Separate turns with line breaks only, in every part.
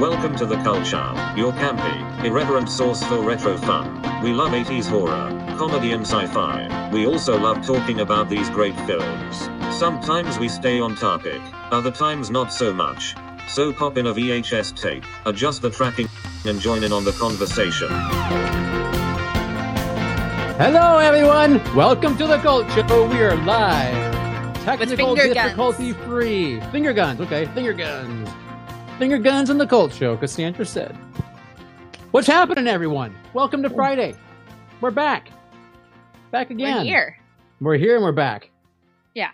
Welcome to the culture, your campy, irreverent source for retro fun. We love 80s horror, comedy, and sci fi. We also love talking about these great films. Sometimes we stay on topic, other times not so much. So pop in a VHS tape, adjust the tracking, and join in on the conversation.
Hello, everyone. Welcome to the Cult Show. We are live, technical
finger guns.
difficulty free. Finger guns, okay? Finger guns, finger guns, and the Cult Show. Cassandra said, "What's happening, everyone? Welcome to Friday. We're back, back again.
We're here.
We're here and we're back.
Yeah.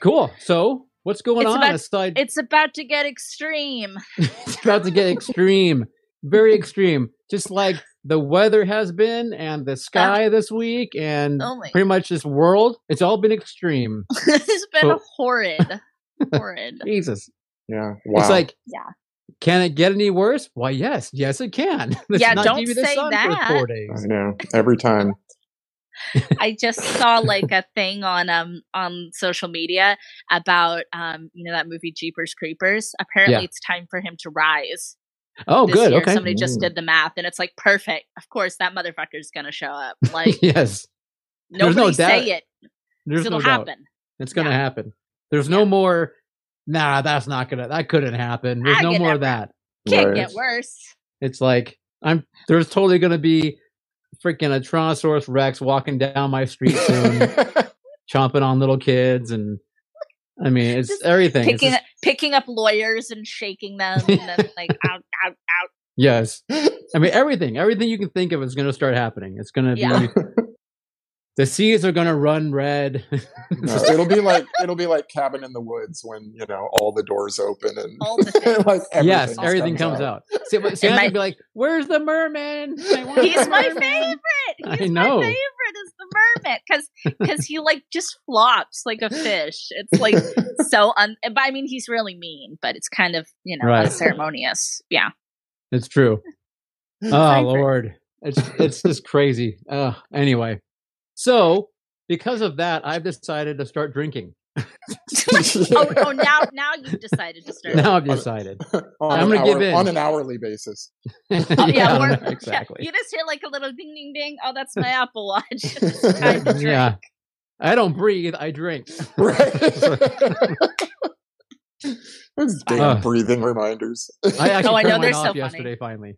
Cool. So, what's going
It's
on?
about-
aside,
It's about to get extreme.
it's about to get extreme, very extreme. Just like the weather has been, and the sky this week, and
Uh-huh. Oh my-
pretty much this world. It's all been extreme.
it's been
So-
horrid. horrid.
Jesus,
Yeah. Wow.
it's like
Yeah.
Can it get any worse? Why, yes, yes, it can. Let's
Yeah,
not
don't
give you the
say
sun
that.
for four
I
days.
know. Every time.
I just saw like a thing on um on social media about um you know that movie Jeepers Creepers. Apparently
Yeah.
it's time for him to rise.
Oh,
this
good.
year.
Okay.
Somebody just
Mm.
did the math and it's like perfect. Of course that motherfucker's going to show up. Like
yes, There's
nobody
no doubt.
say it. 'cause
there's
It'll
no doubt.
happen.
It's going to
Yeah.
happen. There's no more. Nah, that's not gonna. That couldn't happen. There's
I
no
could
more of
never-
that.
Can't
Right.
get worse.
It's like I'm. There's totally gonna be freaking a Tyrannosaurus Rex walking down my street soon, chomping on little kids, and I mean, it's
Just
everything. It's
picking
just-
picking up lawyers and shaking them and then like out out out.
yes, I mean everything. Everything you can think of is gonna start happening. It's gonna
Yeah.
be. The seas are gonna run red.
No, it'll be like it'll be like cabin in the woods when you know all the doors open and
All the things.
like everything
yes,
just
everything comes, out. See, but Sandra
might-
would be like, "Where's the merman? I want
He's
the
my
merman."
favorite.
I
He's
know.
my favorite is the mermaid because because he like just flops like a fish. It's like so un. But I mean, he's really mean, but it's kind of you know
Right.
unceremonious. Yeah,
It's true. Oh
Frankfurt.
Lord, it's it's just crazy. Uh, anyway, so because of that, I've decided to start drinking.
oh, oh, now now you've decided to start.
Now I've decided.
on
I'm
an
gonna give
hour-
in.
on an hourly basis.
Oh,
Yeah,
we're- yeah,
exactly.
you just hear like a little ding ding ding. Oh, that's my Apple Watch. It's time to
yeah.
drink. Oh,
Yeah, I don't breathe. I drink.
Right. Those damn
Uh.
breathing reminders.
I actually
Oh, I know,
turned
they're
mine
so
off
funny.
yesterday. Finally,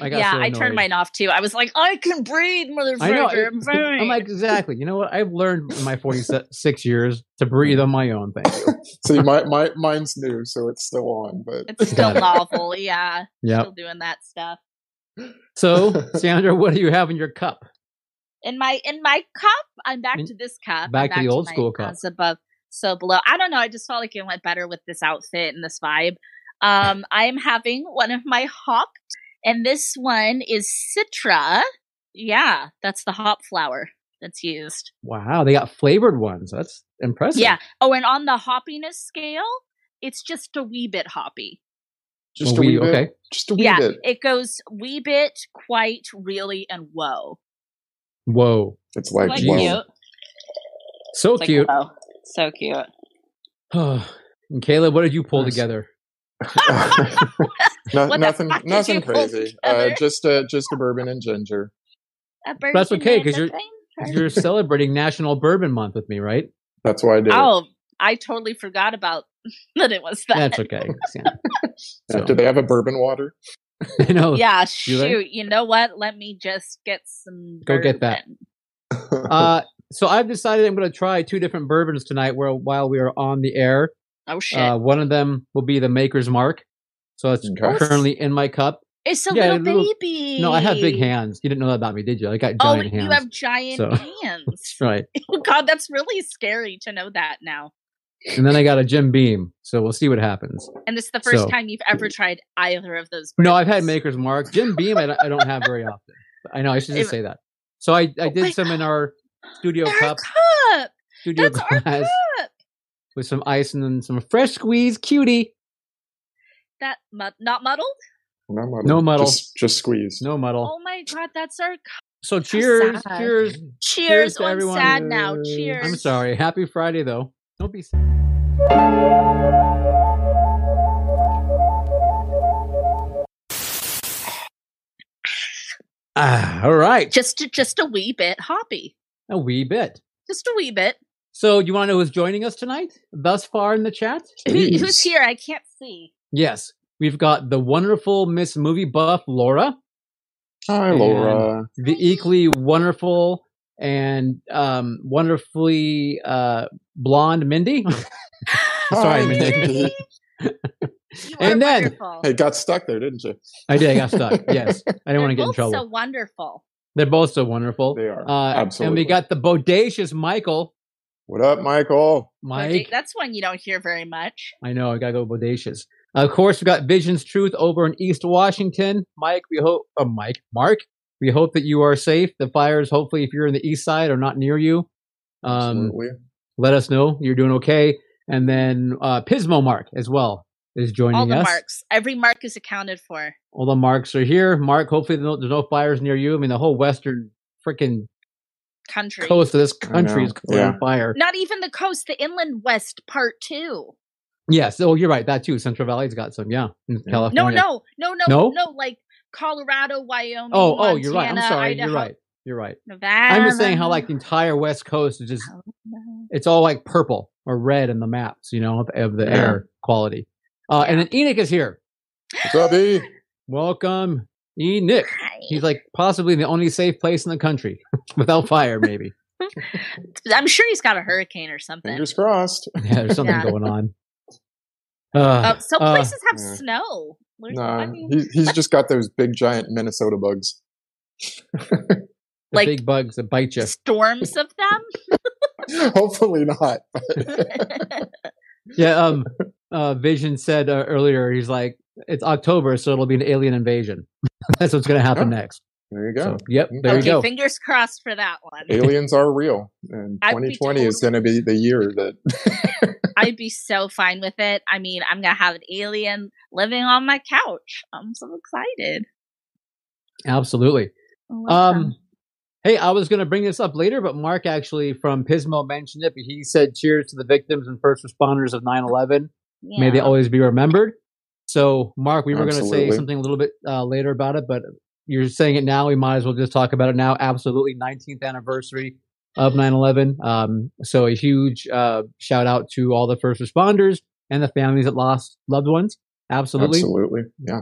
I got
Yeah,
so
I turned
annoyed.
mine off too. I was like, I can breathe, motherfucker.
I know.
I'm fine.
I'm like exactly. You know what? I've learned in my 46 years to breathe on my own. Thank you.
See, my, my mine's new, so it's still on. But
it's still
Got it.
lawful. Yeah,
Yep.
still doing that stuff.
So, Sandra, what do you have in your cup?
in my in my cup. I'm back
In-
to this cup.
back to
I'm
the old
my
school cup.
as above, so below. I don't know. I just felt like it went better with this outfit and this vibe. Um, I am having one of my hopped, and this one is Citra. Yeah, that's the hop flower that's used.
Wow, they got flavored ones. That's impressive.
Yeah. Oh, and on the hoppiness scale, it's just a wee bit hoppy.
just
Well,
a wee
we-
bit.
okay.
Just a wee
yeah,
bit.
it goes wee bit, quite, really, and whoa.
Whoa,
It's like,
Quite
wow.
cute.
whoa.
It's
so
like,
cute.
whoa. So cute.
and Caleb, what did you pull
Nice.
together?
No-
What the
nothing,
fuck did you
nothing
pull
crazy. Uh,
together?
just a just a bourbon and ginger.
A
That's
virgin
okay,
and
'cause
a
you're-
thing.
You're celebrating National Bourbon Month with me, right?
That's why I did. it.
Oh, I totally forgot about that it was that.
That's okay. Sandra.
Yeah, Uh, Do they have a bourbon water?
so, I know.
yeah,
oh, you
shoot.
there?
You know what? Let me just get some.
Go get that.
bourbon.
Uh, so I've decided I'm going to try two different bourbons tonight. Where while we are on the air,
Oh shit!
uh, one of them will be the Maker's Mark. So it's
Okay.
currently in my cup.
it's a
yeah,
little
a little-
baby.
No, I have big hands. You didn't know that about me, did you? I got
Oh,
giant hands.
you have giant
so-
hands.
That's right.
Oh God, that's really scary to know that now.
and then I got a Jim Beam. So we'll see what happens.
And this is the first
So-
time you've ever tried either of those.
No, I've had
bourbons.
Maker's Mark. Jim Beam, I, don't- I don't have very often. I know I should just say that. So I,
Oh
I did some in our studio
Our
cup,
cup.
studio
That's our
glass
cup.
with some ice and then some fresh squeeze, cutie.
That mud- not muddled.
no muddle.
No muddle.
Just, just squeeze.
No muddle.
Oh my God, that's our cup.
So cheers,
sad.
cheers.
Cheers.
Cheers to
oh, I'm
everyone.
sad now. Cheers.
I'm sorry. Happy Friday though. Don't be. s- Ah, All right.
Just just a wee bit hoppy.
A wee bit.
Just a wee bit.
So, do you want to know who's joining us tonight thus far in the chat?
Who,
Jeez.
who's here? I can't see.
Yes. We've got the wonderful Miss Movie Buff Laura,
Hi, Laura.
the equally wonderful and um, wonderfully uh, blonde Mindy. Sorry,
Hi,
Mindy.
Mindy.
You are
And then-
wonderful.
Hey, got stuck there, didn't you?
I did. I got stuck. Yes. I didn't want to get in
both
trouble.
so wonderful.
They're both so wonderful.
They are.
Uh, And
Absolutely.
we got the bodacious Michael.
what up, Michael?
Mike.
That's one you don't hear very much.
I know. I gotta go bodacious. Of course, we got Visions Truth over in East Washington. Mike, we hope. Uh, Mike, Mark, we hope that you are safe. The fires, hopefully, if you're in the East Side, are not near you. Um,
Absolutely.
let us know you're doing okay. And then uh, Pismo Mark as well is joining
All the
us.
marks. Every mark is accounted for.
All the marks are here. Mark, hopefully, there's no, there's no fires near you. I mean, the whole western freaking
Country.
coast of this country is
know,
caught on
yeah.
fire.
Not even the coast, the inland west part two.
Yes. Oh, you're right. That too. Central Valley's got some. Yeah. In
No,
California.
no, no, no,
No?
no, like Colorado, Wyoming.
Oh, oh, you're right. I'm
Montana,
sorry. You're
Idaho,
right. You're right.
Nevada.
I'm just saying
Um,
how like the entire West Coast is just
oh.
it's all like purple or red in the maps, you know, of, of the
Yeah.
air quality. Uh, and then Enoch is here.
What's up, E?
Welcome, Enoch. He's like possibly the only safe place in the country without fire, maybe.
I'm sure he's got a hurricane or something.
Fingers crossed.
yeah, there's something
Yeah.
going on. Uh,
Oh, some
uh,
places have
yeah.
snow. Where's- I
Nah,
mean,
he, he's just got those big, giant Minnesota bugs.
the
like-
big bugs that bite you.
storms of
Hopefully not.
them.
Yeah. Um. Uh. Vision said uh, earlier. He's like, it's October, so it'll be an alien invasion. That's what's going to happen
Oh.
next.
There you go.
So, yep. There
okay,
you go.
fingers crossed for that one.
Aliens are real, and
I'd be
2020 is going to be the year that.
I'd be so fine with it. I mean, I'm gonna have an alien living on my couch. I'm so excited.
Absolutely.
I love
Um,
them.
hey, I was going to bring this up later, but Mark actually from Pismo mentioned it. But he said, "Cheers to the victims and first responders of 9/11. May they
Yeah.
always be remembered." So, Mark, we were going to say
Absolutely.
something a little bit uh, later about it, but you're saying it now. We might as well just talk about it now. Absolutely, 19th anniversary of 9/11. Um, so, a huge uh, shout out to all the first responders and the families that lost loved ones. Absolutely,
absolutely. Yeah.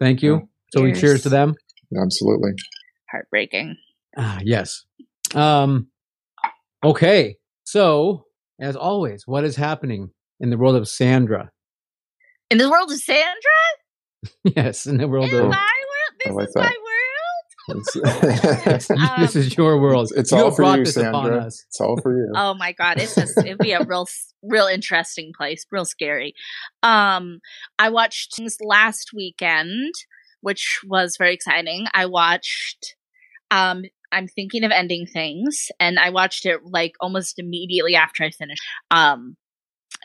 thank you.
Yeah.
So, we cheers
Cheers.
to them.
Absolutely.
heartbreaking.
Ah, yes. Um, okay. So, as always, what is happening in the world of Sandra?
In the world of Sandra,
Yes, in the world
in my
of
world,
I
this
like
is my
that.
world.
It's,
Um,
this is your world.
it's
You
all
have
for
brought
you,
this upon
Sandra.
us.
It's all for you.
Oh my god, it's just it'd be a real, s- real interesting place, real scary. Um, I watched things last weekend, which was very exciting. I watched, um, I'm thinking of ending things, and I watched it like almost immediately after I finished. Um,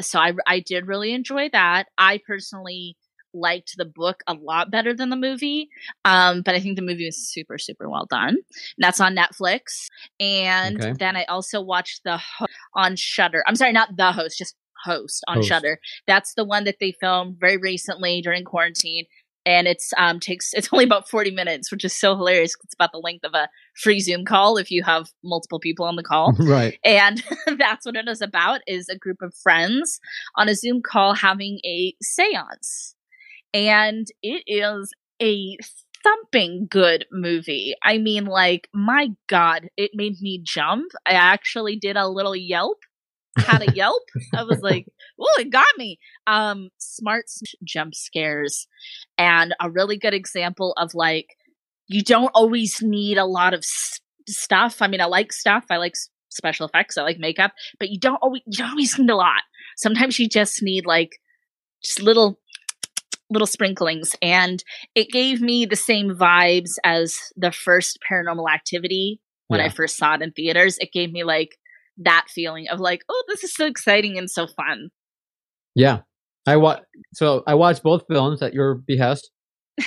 so I I did really enjoy that. I personally liked the book a lot better than the movie, um, but I think the movie was super super well done. And that's on Netflix, and
Okay.
then I also watched the ho- on Shutter. I'm sorry, not the host, just host on
Host.
Shutter. That's the one that they filmed very recently during quarantine. And it's um takes it's only about forty minutes, which is so hilarious. 'cause It's about the length of a free Zoom call if you have multiple people on the call
right.
and that's what it is about is a group of friends on a zoom call having a seance and it is a thumping good movie i mean like my god it made me jump i actually did a little yelp had a yelp i was like oh it got me um smart s- jump scares and a really good example of like you don't always need a lot of s- stuff i mean i like stuff i like s- special effects i like makeup but you don't always you don't always need a lot sometimes you just need like just little little sprinklings and it gave me the same vibes as the first paranormal activity when i
Yeah.
first saw it in theaters it gave me like that feeling of like oh this is so exciting and so fun
Yeah. I wa- so I watched both films at your behest.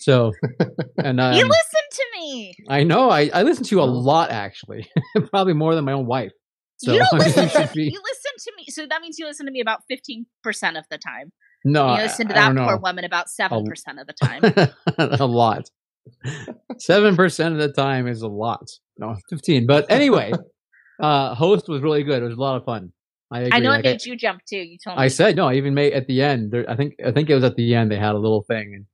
So, and um,
you listen to me
I know I, I listen to you a lot actually, probably more than my own wife. So
you don't
I mean,
listen
you
to
should
me
be.
you listen to me so that means you listen to me about 15% of the time
No,
you listen to
Uh, I, I
that
don't
poor
know.
woman about 7% of the time
a lot. Seven percent of the time is a lot. No, fifteen. But anyway, uh, host was really good. It was a lot of fun. I agree.
I know it
Like, I-
made you jump too. You told me.
I said no. I even made at the end. There, I think I think it was at the end they had a little thing, and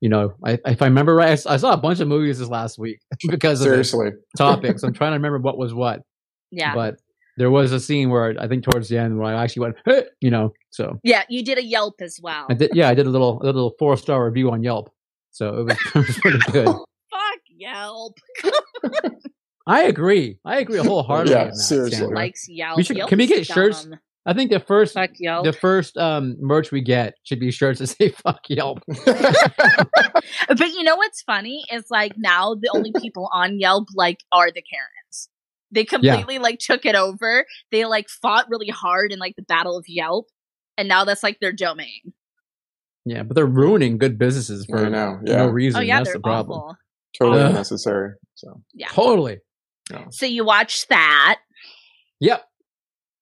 you know, I, if I remember right, I, s- I saw a bunch of movies this last week because of this
Seriously.
topic. So I'm trying to remember what was what.
yeah.
But there was a scene where I think towards the end where I actually went, "Hey," you know. So
yeah, you did a Yelp as well.
I did. Yeah, I did a little a little four star review on Yelp. So it was, it was pretty good.
Fuck Yelp.
I agree. I agree wholeheartedly.
Yeah,
on that,
seriously.
Sandra.
Likes Yelp.
We should-
Yelp
can we
is
get shirts?
dumb.
I think the first
Fuck Yelp.
the first um, merch we get should be shirts that say "fuck Yelp."
But you know what's funny is like now the only people on Yelp like are the Karens. They completely like took it over. They like fought really hard in like the battle of Yelp, and now that's like their domain.
Yeah, but they're ruining good businesses for
I know.
no
Yeah.
reason.
Oh yeah,
That's
they're
the problem.
awful.
Totally
Ugh.
unnecessary. So.
Yeah.
Totally.
So you watch that?
Yep.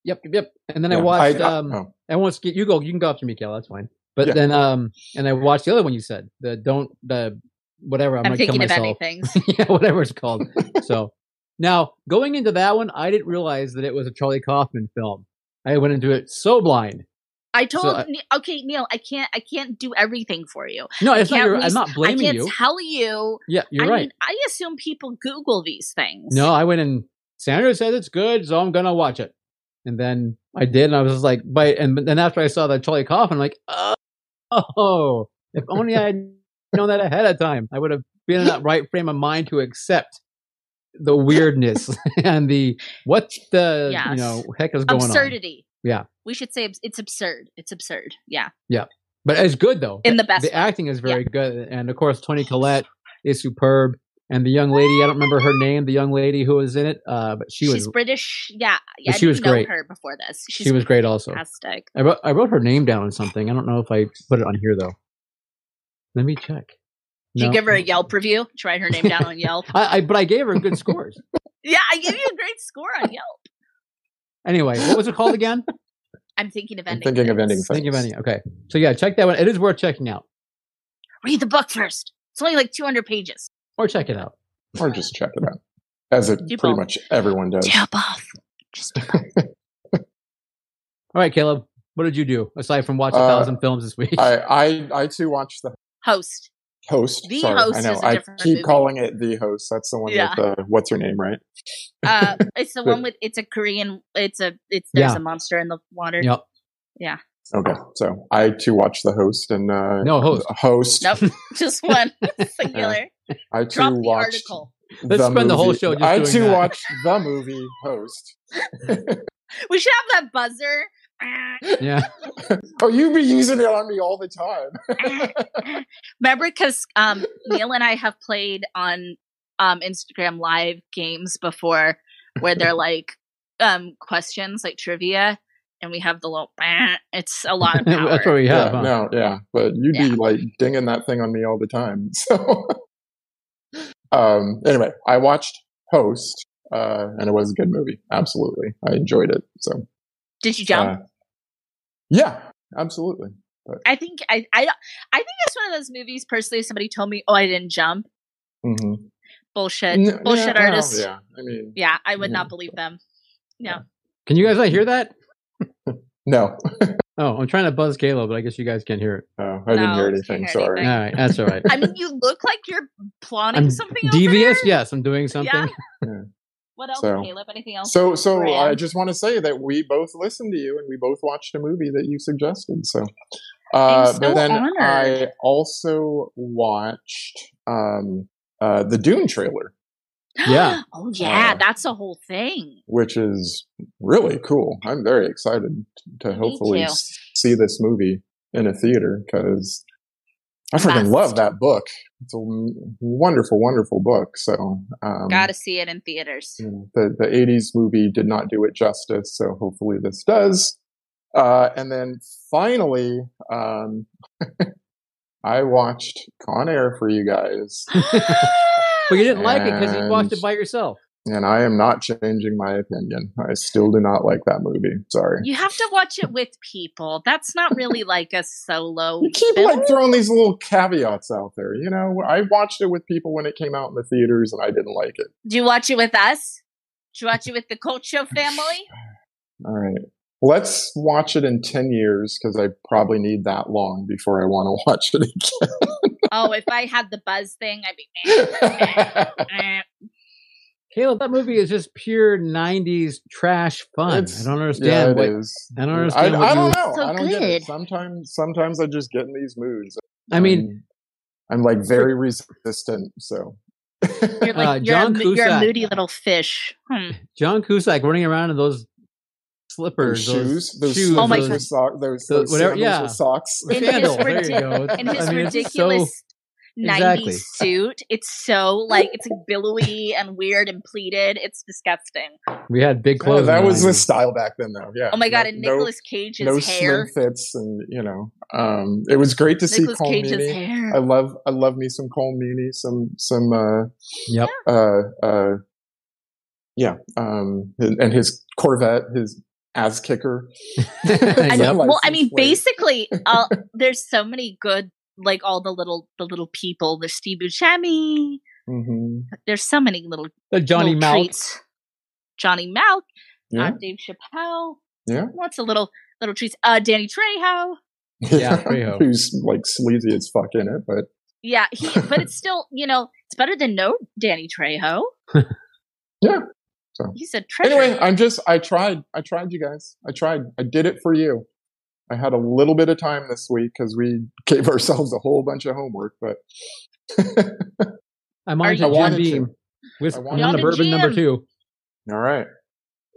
Yep. Yep. yep. And then I
yeah.
watched.
I-
um,
oh,
I want to you go. You can go after me, Kel. That's fine. But
Yeah.
then, um, and I watched the other one you said. The don't the whatever. I'm,
I'm,
gonna
thinking
kill
of
myself.
anything.
yeah, whatever it's called. so now going into that one, I didn't realize that it was a Charlie Kaufman film. I went into it so blind.
I told
I-
Ne- okay, Neil, I can't I can't do everything for you.
No, it's not.
can't
Your, I'm
least-
not
I
blaming
can't
you.
tell you.
Yeah, you're
I
right.
mean, I assume people Google these things.
No, I went and Sandra said it's good, so I'm gonna watch it. And then I did, and I was just like, but and then after I saw that Charlie Kaufman, I'm like, oh, oh, if only I had known that ahead of time, I would have been in that right frame of mind to accept the weirdness and the what the you
Yes.
know heck is going on.
absurdity.
Yeah.
we should say abs- it's absurd. It's absurd. Yeah,
But it's good though.
in the best.
the
way.
acting is very good, and of course Tony Collette is superb. And the young lady, I don't remember her name, the young lady who was in it, uh, but she
she's
was
British. Yeah, yeah
But
I
she
didn't
was
know
great.
her before this. She's
she was great also.
fantastic.
I wrote, I wrote her name down on something. I don't know if I put it on here though. Let me check.
Did
No.
you give her a Yelp review? Did you write her name down on Yelp.
I, I but I gave her good scores.
Yeah, I gave you a great score on Yelp.
Anyway, what was it called again?
I'm thinking of
I'm
ending.
thinking of ending.
things.
Think of any. Okay, so yeah, check that one. It is worth checking out,
Read the book first. It's only like 200 pages.
or check it out.
Or just check it out. As it
Do
pretty
both.
much everyone does.
Yeah, both. Just do both.
All right, Caleb, what did you do aside from watch a
Uh,
thousand films this week?
I, I I too watched the
host.
host.
The
Sorry,
Host
I know.
is a
I
different
keep
movie.
calling it the host. That's the one
Yeah.
with the what's her name, right?
Uh, it's the one with it's a Korean. It's a it's there's
Yeah.
a monster in the water.
yep.
Okay, so I too watched the host and uh,
No host.
host.
Nope, just one singular.
I too
Drop the
watched.
article.
Let's spend the whole
movie-
show just
I
doing
too
that.
watched the movie host.
We should have that buzzer.
Yeah.
Oh, you be using it on me all the time.
Remember, because um, Neil and I have played on um, Instagram live games before, where they're like um, questions like trivia, and we have the little. It's a lot of power.
That's what we have. huh?
no, yeah, but you'd
Yeah.
be like dinging that thing on me all the time. So, um, anyway, I watched Host, uh, and it was a good movie. Absolutely, I enjoyed it. So,
Did you jump?
uh, yeah, absolutely.
I think I, I don't- I think it's one of those movies. Personally, if somebody told me, "Oh, I didn't jump."
Mm-hmm.
Bullshit. Bullshit artist. Yeah.
yeah, I mean,
I would
Yeah.
not believe them.
Can you guys not hear that?
no,
Oh, I'm trying to buzz Caleb, but I guess you guys can't hear it.
no, I didn't
No,
hear
you
anything.
didn't hear
sorry.
All
Right.
right, that's all right.
I mean, you look like you're plotting
I'm
something. over
devious.
there.
Yes, I'm doing something.
What else,
So-
Caleb? Anything else?
So, so
Brand.
I just want to say that we both listened to you and we both watched a movie that you suggested. So, uh,
I'm so
but then
honored.
I also watched um, uh, the Dune trailer,
Yeah.
oh yeah,
Uh,
that's a whole thing.
which is really cool. I'm very excited to hopefully
too.
s- see this movie in a theater because I
Must.
freaking love that book. It's a w- wonderful, wonderful book. So, um,
Got to see it in theaters.
you know, Mm. the the 80s movie did not do it justice so hopefully this does uh, and then finally um, i watched con air for you guys
But you didn't like it because you watched it
And-
by yourself.
and I am not changing my opinion. I still do not like that movie. Sorry.
You have to watch it with people. That's not really like a solo.
You keep
film.
like throwing these little caveats out there. You know, I watched it with people when it came out in the theaters, and I didn't like it.
Do you watch it with us? Do you watch it with the Cult Show family?
All right. Let's watch it in 10 years because I probably need that long before I want to watch it
Oh, if I had the buzz thing, I'd be.
again.
Eh.
Caleb, that movie is just pure '90s trash fun.
It's-
I don't
yeah,
understand.
it
what,
is.
I don't understand
I,
what
I don't
you-
know.
So
I don't get it.
good.
Sometimes, sometimes I just get in these moods.
I mean,
I'm, I'm like very resistant. So,
You're like
Uh,
you're,
John
a, mo- you're a
Cusack.
moody little fish. Hmm.
John Cusack running around in those
Those
slippers,
shoes, those
shoes,
Oh my
those
God.
sandals with sock- those,
those-
those
whatever-
sandals
yeah.
with socks.
In his
sandals. There
ridic-
you go.
And his
I mean, it's so-
ridiculous 90s
Exactly.
suit. It's so like it's billowy and weird and pleated. It's disgusting.
we had big
Yeah,
clothes.
that
in
was the
90s.
style back then, though. Yeah.
Oh my god,
No-
and
no-
Nicolas Cage's
no
hair.
slim fits, and you know, um, it was great to see
Nicolas
Cole
Cage's
Meany.
hair.
I love, I love me some Cole Meany, some, some, uh,
Yep.
uh, uh, yeah, um, and and his Corvette, his ass kicker.
I
Yep.
know. Well, I
License
mean,
plate.
basically, uh, there's so many good, like all the little, the little people. There's Steve Buscemi.
hmm
There's so many little
The Johnny
little
Mouth.
treats. Johnny Malk,
Yeah.
uh, Dave Chappelle.
Yeah.
lots of little little treats. Uh, Danny Trejo.
Yeah, Trejo.
who's like sleazy as fuck in it, but
Yeah, he, but it's still, you know, it's better than no Danny Trejo.
Yeah, so.
he's a treasure.
anyway, I'm just I tried, I tried, you guys, I tried, I did it for you. I had a little bit of time this week because we gave ourselves a whole bunch of homework, but
I'm on
Are you-
I
to Jim
wanted
Beam.
to.
With,
I
I'm
wanted
on
to.
to bourbon number
Jim.
two.
All right,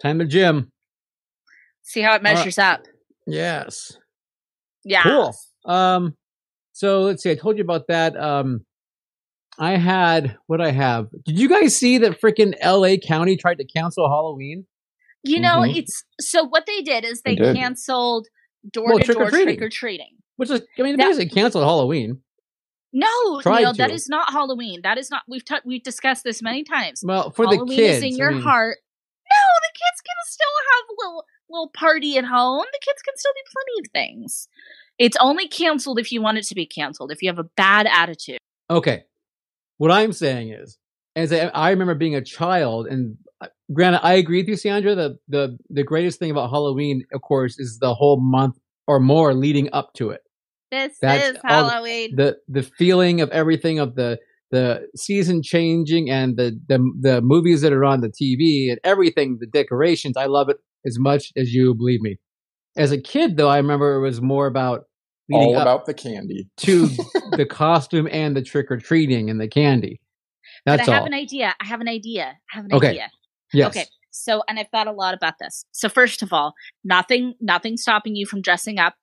Time to Jim.
See
Uh,
how it
right.
measures up.
Yes.
Yeah,
Cool. Um, so let's see. I told you about that. Um, I had what I have. Did you guys see that freaking L.A. County tried to cancel Halloween?
you know,
Mm-hmm.
Mhm.
it's so. What they did is they
They did.
canceled door to door
trick-or-treating.
trick or treating.
Which is, I mean, they
That-
basically canceled Halloween.
No,
Tried
Neil, that
to.
is not Halloween. That is not. We've t- we've discussed this many times.
Well, for
Halloween
the kids,
is in
I
your
mean,
heart. No, the kids can still have a little little party at home. The kids can still do plenty of things. It's only canceled if you want it to be canceled. If you have a bad attitude,
Okay. What I'm saying is, as I, I remember being a child, and uh, granted, I agree with you, Sandra. The, the the greatest thing about Halloween, of course, is the whole month or more leading up to it.
this
That's
is
all-
Halloween.
The the feeling of everything of the the season changing and the the the movies that are on the TV and everything, the decorations. I love it as much as you, believe me. As a kid, though, I remember it was more about leading
all
up
about the candy.
to the costume and the trick or treating and the candy. That's
but I have
all.
an idea. I have an idea. I have an
Okay.
idea.
yes.
Okay. So, and I've thought a lot about this. So, first of all, nothing, nothing stopping you from dressing up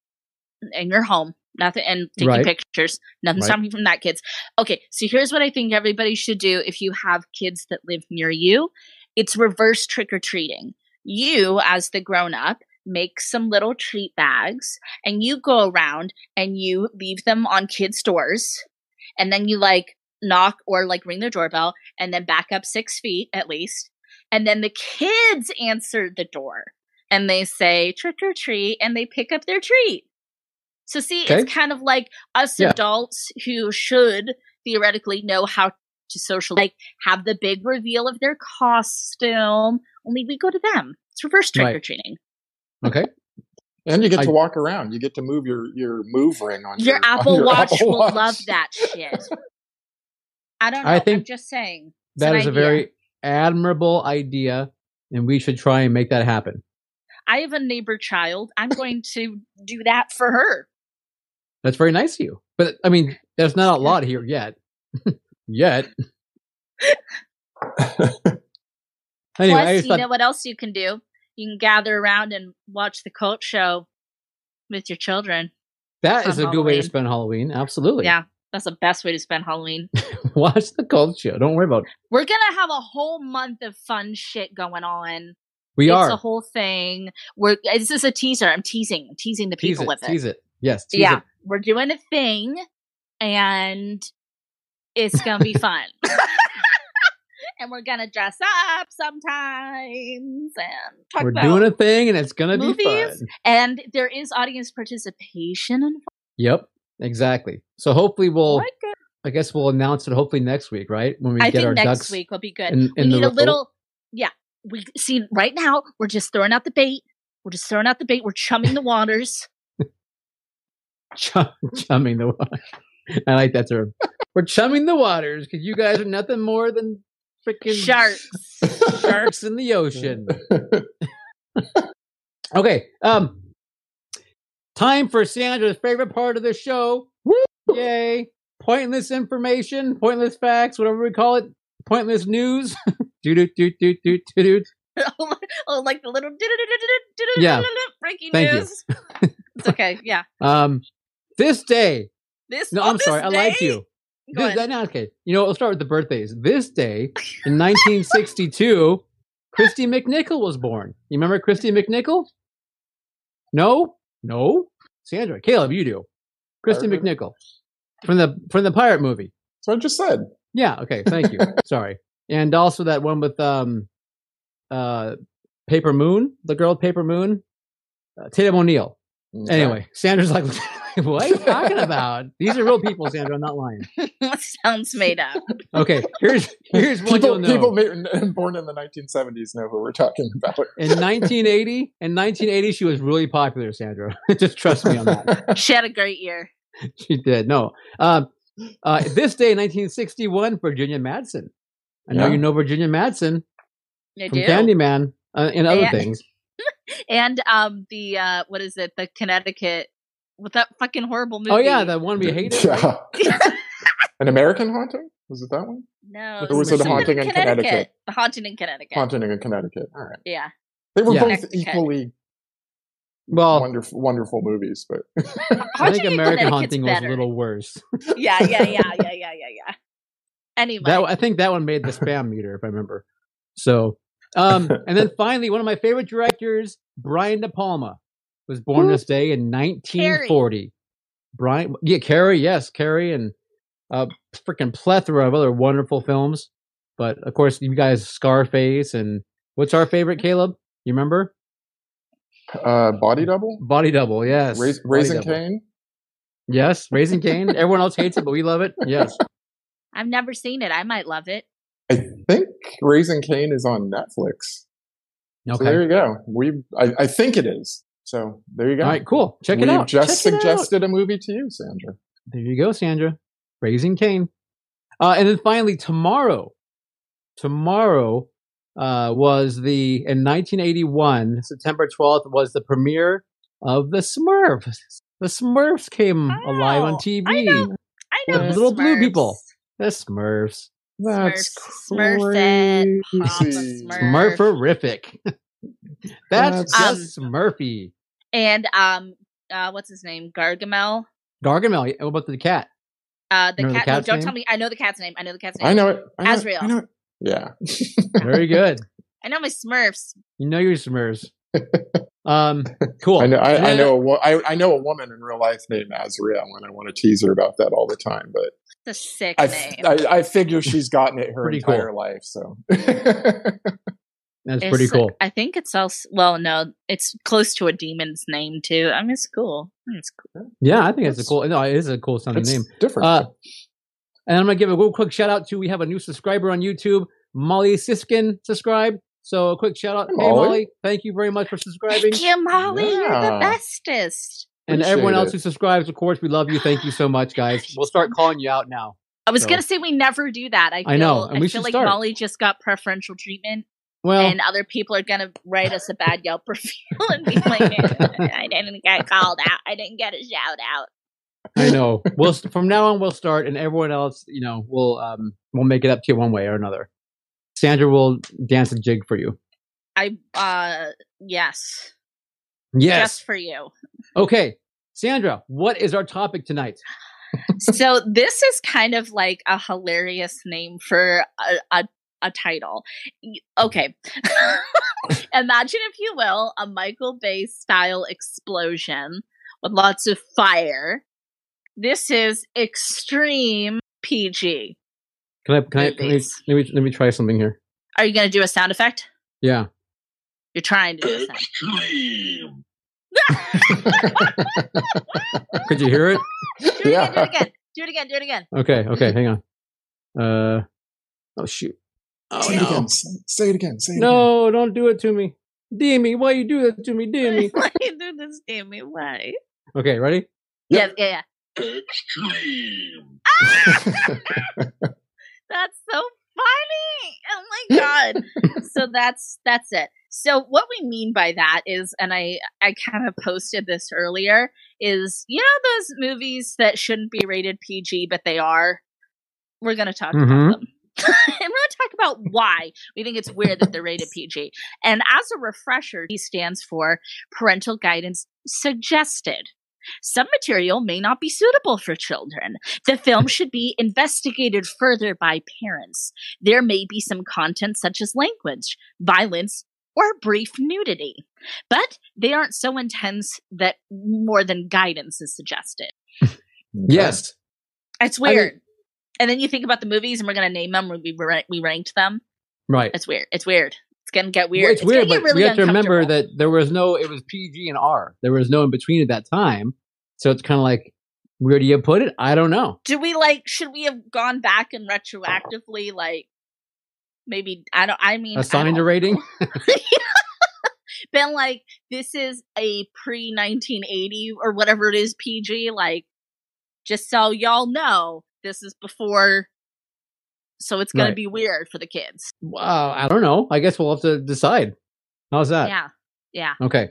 in your home. Nothing and taking
Right.
pictures. Nothing
Right.
stopping you from that, kids. Okay. So here's what I think everybody should do if you have kids that live near you. It's reverse trick or treating. You, as the grown up, make some little treat bags and you go around and you leave them on kids' doors and then you like knock or like ring their doorbell and then back up six feet at least and then the kids answer the door and they say trick or treat and they pick up their treat so see
Okay.
it's kind of like us
Yeah.
adults who should theoretically know how to social like have the big reveal of their costume only we go to them it's reverse
Right.
trick or treating
Okay.
And you get to
I-
walk around. You get to move your your move ring on
your
on
apple
your
watch
Apple
will
Watch.
love that shit i don't know
I
I am
think
just saying It's
That
an
is a
idea.
very admirable idea, and we should try and make that happen.
i have a neighbor child i'm going to do that for her
That's very nice of you. But I mean, there's not a lot here yet. yet. Anyway, I
Plus,
just
you
thought,
know what else you can do? You can gather around and watch the cult show with your children.
that
on
is a good way to
Halloween.
spend Halloween. Absolutely.
Yeah, that's the best way to spend Halloween.
Watch the cult show. Don't worry about it.
We're gonna have a whole month of fun shit going on.
We
it's
are.
a whole thing. We're this is a teaser. I'm teasing, I'm teasing the
tease
people
it,
with it.
tease it. Yes. Tease
yeah,
It.
we're doing a thing, and it's gonna be fun. and we're gonna dress up sometimes and talk
We're
about
doing a thing and it's gonna be fun.
movies. and there is audience participation involved.
Yep, exactly. So hopefully we'll,
Like it.
I guess we'll announce it. Hopefully next week, right? When we
I
get
think
our
next
ducks
week will be good.
in, in
we
the oh,
need a
row.
little yeah we see right now we're just throwing out the bait we're just throwing out the bait we're chumming the waters
chum, chumming the water. I like that term. We're chumming the waters because you guys are nothing more than freaking
sharks
sharks in the ocean. Okay. Um, time for Sandra's favorite part of the show. Yay! Pointless information, pointless facts, whatever we call it. Pointless news. do do do do do do do.
oh like the little
Yeah.
breaking
Thank you.
news it's okay yeah
Um, this day.
this
No,
on
I'm sorry.
this
I lied to
day-
you.
Go
This,
ahead.
that, no, okay. You know, we'll start with the birthdays. This day in 1962, Christy McNichol was born. You remember Christy McNichol? No, no. Sandra, Caleb, you do. Christy
Pirate movie?
McNichol from the from the pirate movie.
So I just said.
Yeah. Okay. Thank you. Sorry. And also that one with um, uh, Paper Moon, the girl with Paper Moon, uh, Tatum O'Neill. Anyway, Sandra's like, what are you talking about? These are real people, Sandra. I'm not lying.
sounds made up
Okay, here's here's one
people,
you'll know.
people ma- born in the 1970s know who we're talking about.
In 1980, in 1980, she was really popular, Sandra. Just trust me on that.
she had a great year
She did. No, um, uh, this day, in 1961, Virginia Madsen. I know
Yeah.
you know Virginia Madsen
I
from
do.
Candyman uh, and other
Yeah.
things.
and um the uh what is it the connecticut with that fucking horrible movie
Oh yeah, the one we hated. right?
Yeah. An American haunting? Was it that one?
no
Or was
it
something
Haunting in Connecticut?
the haunting in connecticut
Haunting in Connecticut. All right.
yeah
They were
Yeah.
both
Connecticut.
equally
Well,
wonderful, wonderful movies, but
I think
Haunting in
American
Connecticut's
Haunting was a
better.
little worse.
yeah, yeah, yeah, yeah, yeah, yeah, yeah. Anyway,
That I think that one made the spam meter, if I remember. So, um, and then finally, one of my favorite directors, Brian De Palma, was born this day in 1940. Brian, yeah, Carrie, yes, Carrie, and a freaking plethora of other wonderful films. But of course, you guys, Scarface, and what's our favorite, Caleb? You remember
uh, Body Double,
Body Double? Yes,
Rais-
Body
Raising
Double.
Cane.
Yes, Raising Cane. Everyone else hates it, but we love it. Yes,
I've never seen it. I might love it.
I think Raising Cane is on Netflix. So
okay,
there you go. We, I, I think it is. So there you go.
all right, cool. Check it
We've
out.
just
Check it out.
suggested a movie to you, Sandra.
There you go, Sandra. Raising Cain. Uh, and then finally, tomorrow. Tomorrow uh, was the, in 1981, September 12th, was the premiere of The Smurfs. The Smurfs came alive on
Oh,
TV.
I know. I know
The
the
little blue
Smurfs.
people. The Smurfs.
That's
Smurfs, Smurfette, Papa
crazy.
Smurf.
Smurferific. That's
That's-
Um,
just Smurfy.
And um, uh, what's his name? Gargamel.
Gargamel, what about the cat?
Uh, the
Remember the
cat. no,
cat's
don't
name?
tell me. I know the cat's name. I know the cat's name.
I know it. I know it.
Azrael.
I know it. Yeah.
Very good.
I know my Smurfs.
You know your Smurfs. Um, cool.
I know. I,
And
I
then-
know. A, wo- I, I know a woman in real life named Azrael, and I want to tease her about that all the time. But
The sick
I,
name.
f- I, I figure she's gotten it her
Pretty
entire life. So it's
That's
It's-
pretty cool.
I think it's also well, no, it's close to a demon's name too. I mean, it's cool. It's cool.
Yeah, I think it's a
That's-
cool. No, it is a cool sounding name.
different.
Uh, and I'm gonna give a real quick shout out to we have a new subscriber on YouTube, Molly Siskin subscribed. So a quick shout out, hey
Molly.
Molly, thank you very much for subscribing,
Thank you, Molly. You're the
Yeah.
bestest.
and everyone
Appreciate
else
it.
who subscribes, of course, we love you. Thank you so much, guys. We'll start calling you out now.
I was
So-
gonna say we never do that. I, feel,
I know, and we should
feel like
start.
Molly just got preferential treatment,
Well,
and other people are gonna write us a bad Yelp review and be like, "I didn't get called out. I didn't get a shout out."
I know. We'll s- from now on we'll start, and everyone else, you know, will um will make it up to you one way or another. Sandra will dance a jig for you.
I uh yes,
Yes.
just for you.
Okay, Sandra, what is our topic tonight?
so this is kind of like a hilarious name for a, a, a title. Y- Okay. Imagine, if you will, a Michael Bay style explosion with lots of fire. This is extreme PG.
Can I? Can I? Can I
Movies.
let me let me try something here.
Are you going to do a sound effect?
Yeah.
You're trying to do a sound.
Could you hear it?
Do it again. Do
Yeah.
it again. Do it again. Do it again.
Okay. Okay. Hang on. Uh. Oh shoot. Oh
say, it
no.
again, say, say it again. Say it again.
No! Don't do it to me, Demi. Why you do that to me, Demi?
Why you do this to me? Why?
okay. Ready?
Yeah,
Yep.
yeah, Ah! yeah. That's so funny. Oh my god. so that's that's it. So what we mean by that is and I I kind of posted this earlier is you know those movies that shouldn't be rated PG but they are. We're going to talk
Mhm.
about them. and we're going to talk about why we think it's weird that they're rated PG. And as a refresher, P stands for parental guidance suggested. Some material may not be suitable for children. The film should be investigated further by parents. There may be some content such as language, violence, or brief nudity, but they aren't so intense that more than guidance is suggested.
Yes.
It's
mean-
weird. and then you think about the movies, and we're going to name them. We ra- we ranked them.
Right.
It's weird. It's weird. It's going to get
Well,
weird.
It's weird,
gonna
but
get
we have to remember
uncomfortable.
that there was no. It was PG and R. There was no in between at that time. So it's kind of like, where do you put it? I don't know.
do we like should we have gone back and retroactively like maybe i don't i mean I
Assigned a
don't-
rating.
been like this is a pre-1980 or whatever it is pg like just so y'all know this is before so it's gonna
Right.
be weird for the kids
Wow. I don't know. I guess we'll have to decide. How's that?
yeah yeah
Okay.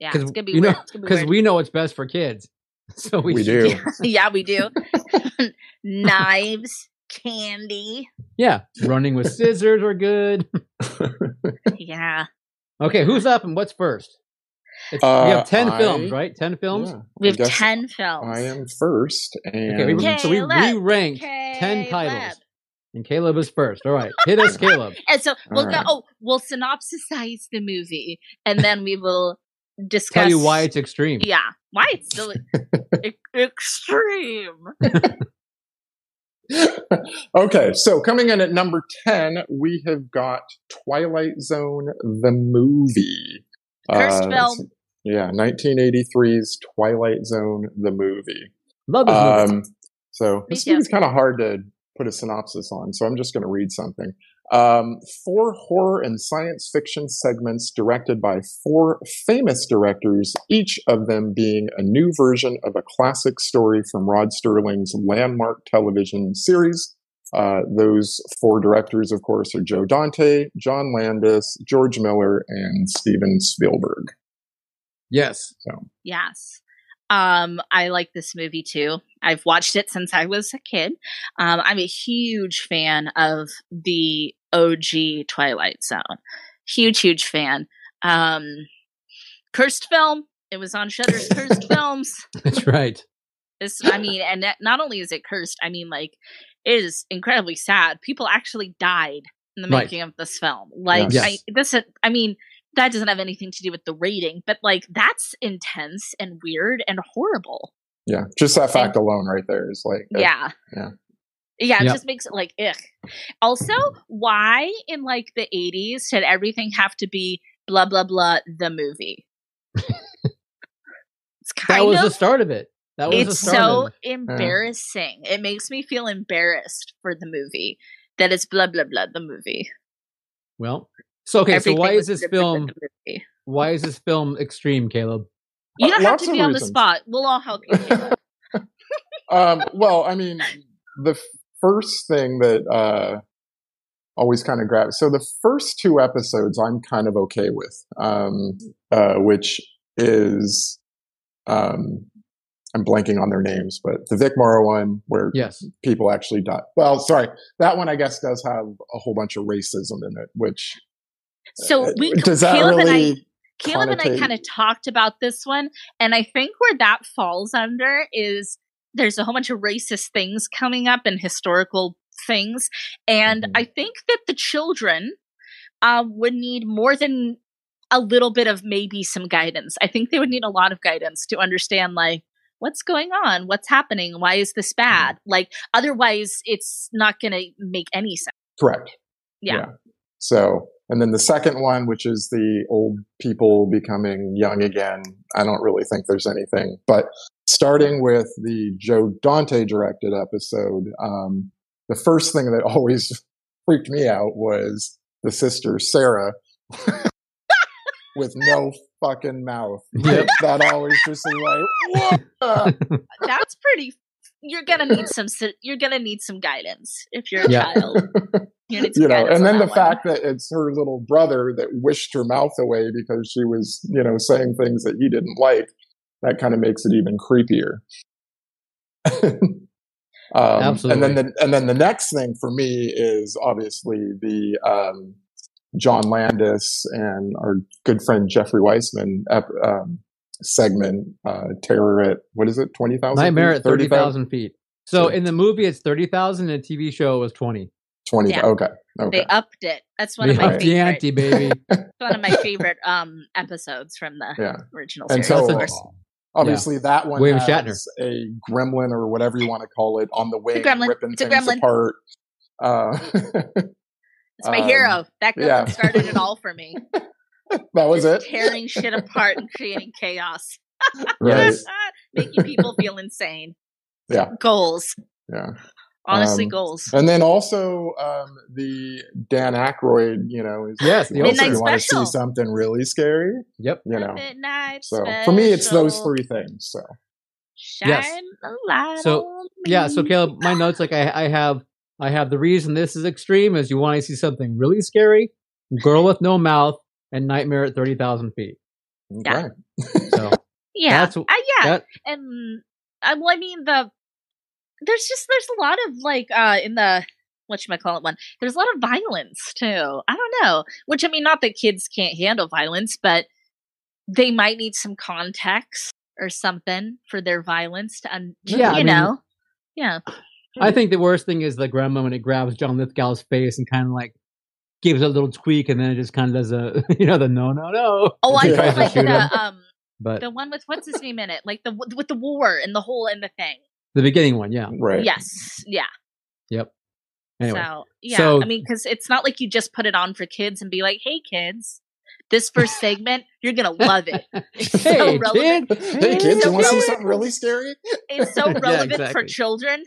yeah
Uh, 'Cause
it's gonna be
you
weird
know-
It's gonna be
Because
weird.
we know what's best for kids. So we,
We
should-
do.
yeah we do knives candy
Yeah. Running with scissors are good.
yeah
Okay. Who's up and what's first? It's, we
Uh,
have ten
I-
films, right? Ten films.
Yeah, I
we have
guess
10 films
I am first, and
Okay. We, so we
Caleb.
re ranked ten
Caleb.
titles, and Caleb is first. All right. Hit us, Caleb.
And so we'll go.
Alright.
Oh, we'll synopsisize the movie, and then we will discuss.
Tell you why it's extreme.
Yeah, why it's still e- extreme.
okay, so coming in at number 10, we have got Twilight Zone the movie. Uh,
Cursed
that's-
film.
Yeah, 1983's Twilight Zone the movie.
Love this movie.
Um, so this
too.
movie's kind of hard to put a synopsis on, so I'm just going to read something. Um, four horror and science fiction segments directed by four famous directors, each of them being a new version of a classic story from Rod Sterling's landmark television series. Uh, those four directors, of course, are Joe Dante, John Landis, George Miller, and Steven Spielberg.
Yes.
Yes. Um, I like this movie too. I've watched it since I was a kid. Um, I'm a huge fan of the OG Twilight Zone. Huge, huge fan. Um, cursed film. It was on Shudder's Cursed Films.
That's right.
This, I mean, and that, not only is it cursed, I mean, like, it is incredibly sad. People actually died in the
Right.
making of this film. Like,
Yes.
I, this, uh, I mean, that doesn't have anything to do with the rating, but like, that's intense and weird and horrible.
Yeah, just that fact alone right there is like, uh,
Yeah.
yeah.
Yeah, it
Yep.
just makes it like ick. Also, why in like the 80s did everything have to be blah, blah, blah, the movie? it's kind
That was
of
the start of it. That was the Uh.
it's
start
so
of
embarrassing. It makes me feel embarrassed for the movie that it's blah blah blah the movie.
Well, so okay, so
Everything
why is
was
this
blah, blah, blah,
film
the movie.
why is this film extreme, Caleb?
You
Uh,
don't have
lots
to
of
be on the
reasons.
spot. We'll all help you. Caleb.
um, well, I mean, the f- first thing that uh, always kind of grabs. So the first two episodes, I'm kind of okay with, um, uh, which is um, I'm blanking on their names, but the Vic Morrow one where
Yes.
people actually die. Well, sorry, that one I guess does have a whole bunch of racism in it. Which uh,
So we
does that
Caleb and I
really?
Caleb and I
connotate-
kind of talked about this one, and I think where that falls under is there's a whole bunch of racist things coming up and historical things, and
Mhm.
I think that the children uh, would need more than a little bit of maybe some guidance. I think they would need a lot of guidance to understand like what's going on? What's happening? Why is this bad? Like, otherwise, it's not going to make any sense.
Correct.
Yeah.
So, and then the second one, which is the old people becoming young again, I don't really think there's anything. But starting with the Joe Dante directed episode, um, the first thing that always freaked me out was the sister Sarah with no fucking mouth.
Yep.
that always just is like, what?
That's pretty. You're gonna need some. si- You're gonna need some guidance if you're a
Yeah.
child. You need some
you know,
guidance
and
on
then the
that one.
fact that it's her little brother that wished her mouth away because she was, you know, saying things that he didn't like, that kind of makes it even creepier. um,
Absolutely.
And then the and then the next thing for me is obviously the um, John Landis and our good friend Jeffrey Weissman ep- um, segment, uh, terror at what is it, twenty thousand?
Nightmare at 30,000 feet. So in the movie, it's 30,000, and the TV show was 20.
Twenty.
Yeah.
Okay. Okay.
They upped it. That's one of
We
my
upped the
favorite.
ante, baby.
It's one of my favorite um episodes from the
yeah.
original
And
series.
so,
of
That's
course.
Obviously, that one
William
has
Shatner.
a gremlin or whatever you want to call it on the wing,
gremlin.
ripping
It's a
things
gremlin.
apart. Uh,
It's my
um,
hero. That guy
yeah.
started it all for me.
that was it.
Just Tearing shit apart and creating chaos,
Right.
making people feel insane.
Yeah.
Goals.
Yeah.
Honestly,
Um,
goals.
And then also um, the Dan Aykroyd, you know, is
Yes, the
if
Midnight
you want to
Special.
see something really scary,
Yep.
you know.
Midnight
So for me, it's those
special.
three things. So
Shine
Yes.
a light
So-
on
Yeah. So
me.
Caleb, my notes like I, I have I have the reason this is extreme is you want to see something really scary, girl with no mouth, and nightmare at thirty thousand feet.
okay.
Yeah.
So
Yeah,
That's-
I, yeah,
that-
and I, well, I mean the there's just there's a lot of like uh in the what should I call it one. There's a lot of violence too. I don't know, which I mean, not that kids can't handle violence, but they might need some context or something for their violence to un-
Yeah, I
you
mean-
know, yeah,
I think the worst thing is the grandma when it grabs John Lithgow's face and kind of like gives a little tweak and then it just kind of does a you know the no no no.
Oh, I
Yeah.
felt like
Shoot him.
the um
But
the one with what's his name in it, like the with the war and the hole and the thing.
the beginning one, yeah.
Right.
Yes, yeah.
Anyway,
So yeah,
So-
I mean, because it's not like you just put it on for kids and be like, "Hey, kids, this first segment, you're gonna love it. It's so
hey
relevant.
kid,
Hey kids, you want to see
Yeah.
something really scary?
It's so relevant for
exactly.
children."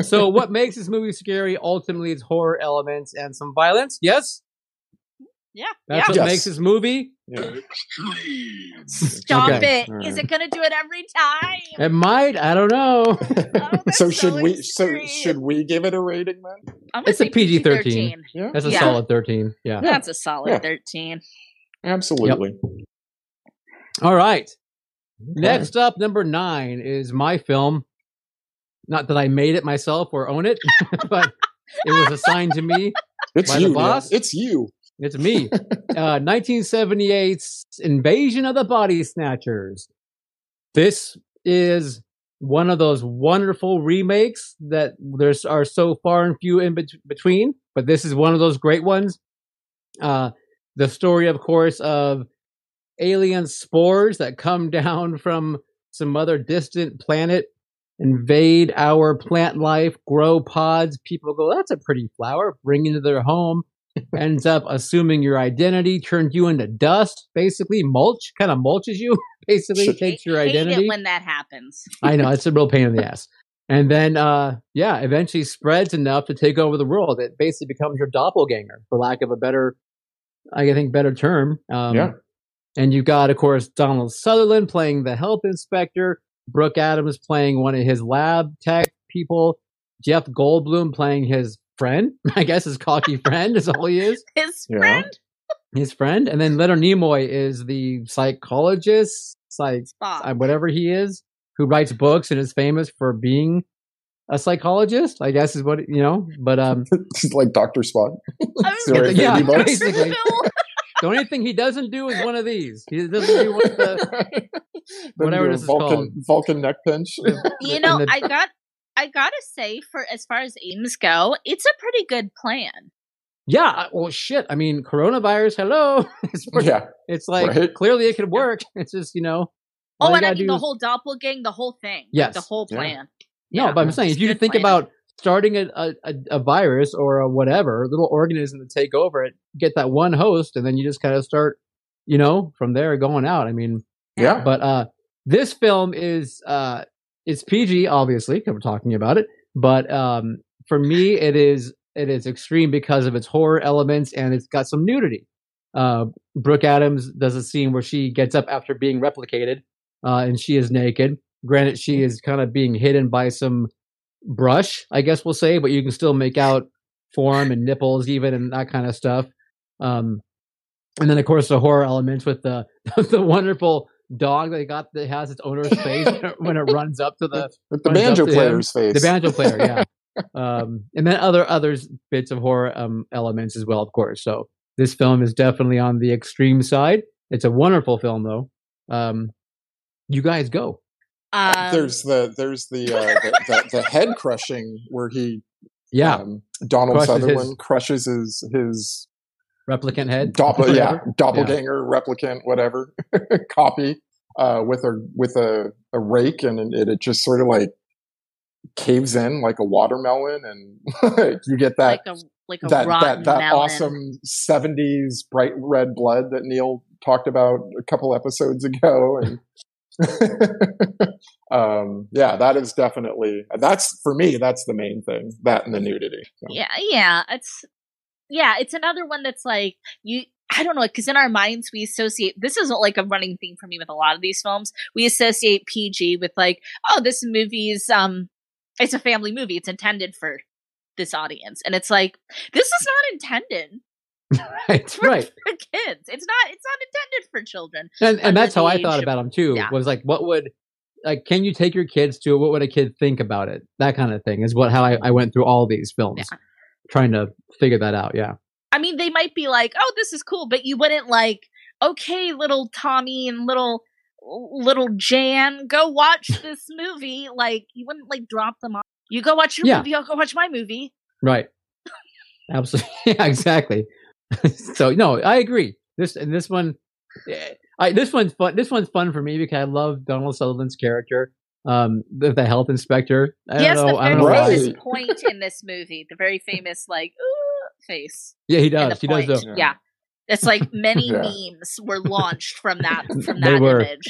so what makes this movie scary ultimately is horror elements and some violence yes
Yeah,
that's
Yeah.
what
Yes.
makes this movie
Yeah.
yeah. Stop
Okay.
it! Is
All right.
it gonna do it every time?
it might i don't know
Oh, that's
so should
so
we?
extreme.
So should we give it a rating then?
I'm gonna
It's a
say
PG-13.
PG-13.
Yeah,
that's a
Yeah.
solid 13 yeah
Yeah.
That's a solid
Yeah.
thirteen.
absolutely.
all right
Okay.
next up number nine is my film not that i made it myself or own it but it was assigned to me
it's
by the
you, man.
boss?
It's you.
It's me. uh, 1978's Invasion of the Body Snatchers. This is one of those wonderful remakes that there's are so far and few in bet- between, but this is one of those great ones. Uh, the story, of course, of alien spores that come down from some other distant planet, invade our plant life, grow pods. People go, that's a pretty flower, bring into their home ends up assuming your identity, turns you into dust, basically mulch, kind of mulches you, basically
Shit.
takes your
I hate
identity.
it when that happens.
I know it's a real pain in the ass. And then, uh, yeah, eventually spreads enough to take over the world. It basically becomes your doppelganger, for lack of a better, I think, better term. Um,
Yeah.
And you got, of course, Donald Sutherland playing the health inspector, Brooke Adams playing one of his lab tech people, Jeff Goldblum playing his friend, I guess his cocky friend is all he is
His
Yeah.
friend
his friend, and then Leonard Nimoy is the psychologist, psych
Bob.
uh, whatever he is, who writes books and is famous for being a psychologist. I guess is what you know. But um,
It's like Doctor Spot.
I was
Sorry,
gonna
yeah,
say,
$30.
basically.
Phil,
the only thing he doesn't do is one of these. He doesn't do one of the
Then
whatever
do a
this is
Vulcan,
called.
Vulcan neck pinch.
you
in
know
the-
i got i gotta say for as far as aims go it's a pretty good plan
yeah. I- Well, shit. I mean, coronavirus. Hello. It's, pretty-
yeah,
it's like
Right.
clearly it could work. It's just you know. All
oh,
you
and I
gotta
mean
do
the
is-
whole doppelgang, the whole thing. like,
Yes.
the whole
Yeah.
plan.
No,
Yeah.
but I'm saying if
Just
you
good
think
planning.
about starting a, a, a, a virus or a whatever, a little organism to take over it, get that one host, and then you just kind of start, you know, from there going out. I mean,
Yeah.
but uh, this film is uh, it's PG, obviously, 'cause we're talking about it. But um, for me, it is it is extreme because of its horror elements and it's got some nudity. Uh, Brooke Adams does a scene where she gets up after being replicated, uh, and she is naked. Granted, she is kind of being hidden by some brush, I guess we'll say, but you can still make out form and nipples, even and that kind of stuff. Um, and then, of course, the horror elements with the the wonderful dog they got that has its owner's face when it runs up to the
With the
Runs up
banjo
to him,
player's face.
the banjo player, yeah. um, and then other others bits of horror um, elements as well, of course. So this film is definitely on the extreme side. It's a wonderful film, though. Um, you guys go.
Um,
there's the there's the, uh, the, the the head crushing where he
Yeah,
um, Donald
Crushes
Sutherland
his-
crushes his his
replicant head.
doppel uh, yeah
Whatever.
doppelganger replicant whatever copy uh, with a with a, a rake and it, it just sort of like caves in like a watermelon and you get that
like a like a
that
rotten
that, that
melon.
awesome 70s bright red blood that neil talked about a couple episodes ago and um yeah that is definitely that's for me that's the main thing that and the nudity
Yeah, yeah. It's yeah, it's another one that's like you. I don't know because in our minds we associate this is like a running theme for me with a lot of these films. We associate PG with like, oh, this movie's um, it's a family movie. It's intended for this audience, and it's like this is not intended
right,
for,
right.
for kids. It's not. It's not intended for children.
And and
under
that's how
the
I
age
thought
of-
about them too.
yeah.
Was like, what would like? Can you take your kids to? it? What would a kid think about it? That kind of thing is what how I, I went through all these films, trying to figure that out. Yeah.
I mean, they might be like, "Oh, this is cool," but you wouldn't like, "Okay, little Tommy and little little Jan, go watch this movie." Like, you wouldn't like drop them off. You go watch your
Yeah.
movie. I'll go watch my movie.
Right. Absolutely. Yeah, exactly. so no, I agree. This and this one, eh, I this one's fun. This one's fun for me because I love Donald Sutherland's character, um, the, the health inspector. I
yes,
don't know.
the
I
very
don't know why.
famous
Right.
point in this movie, the very famous like ooh face.
Yeah, he
and
does.
the
He does.
point.
Though.
though.
Yeah. It's like many
Yeah.
memes were launched from that from
They
that
were.
image.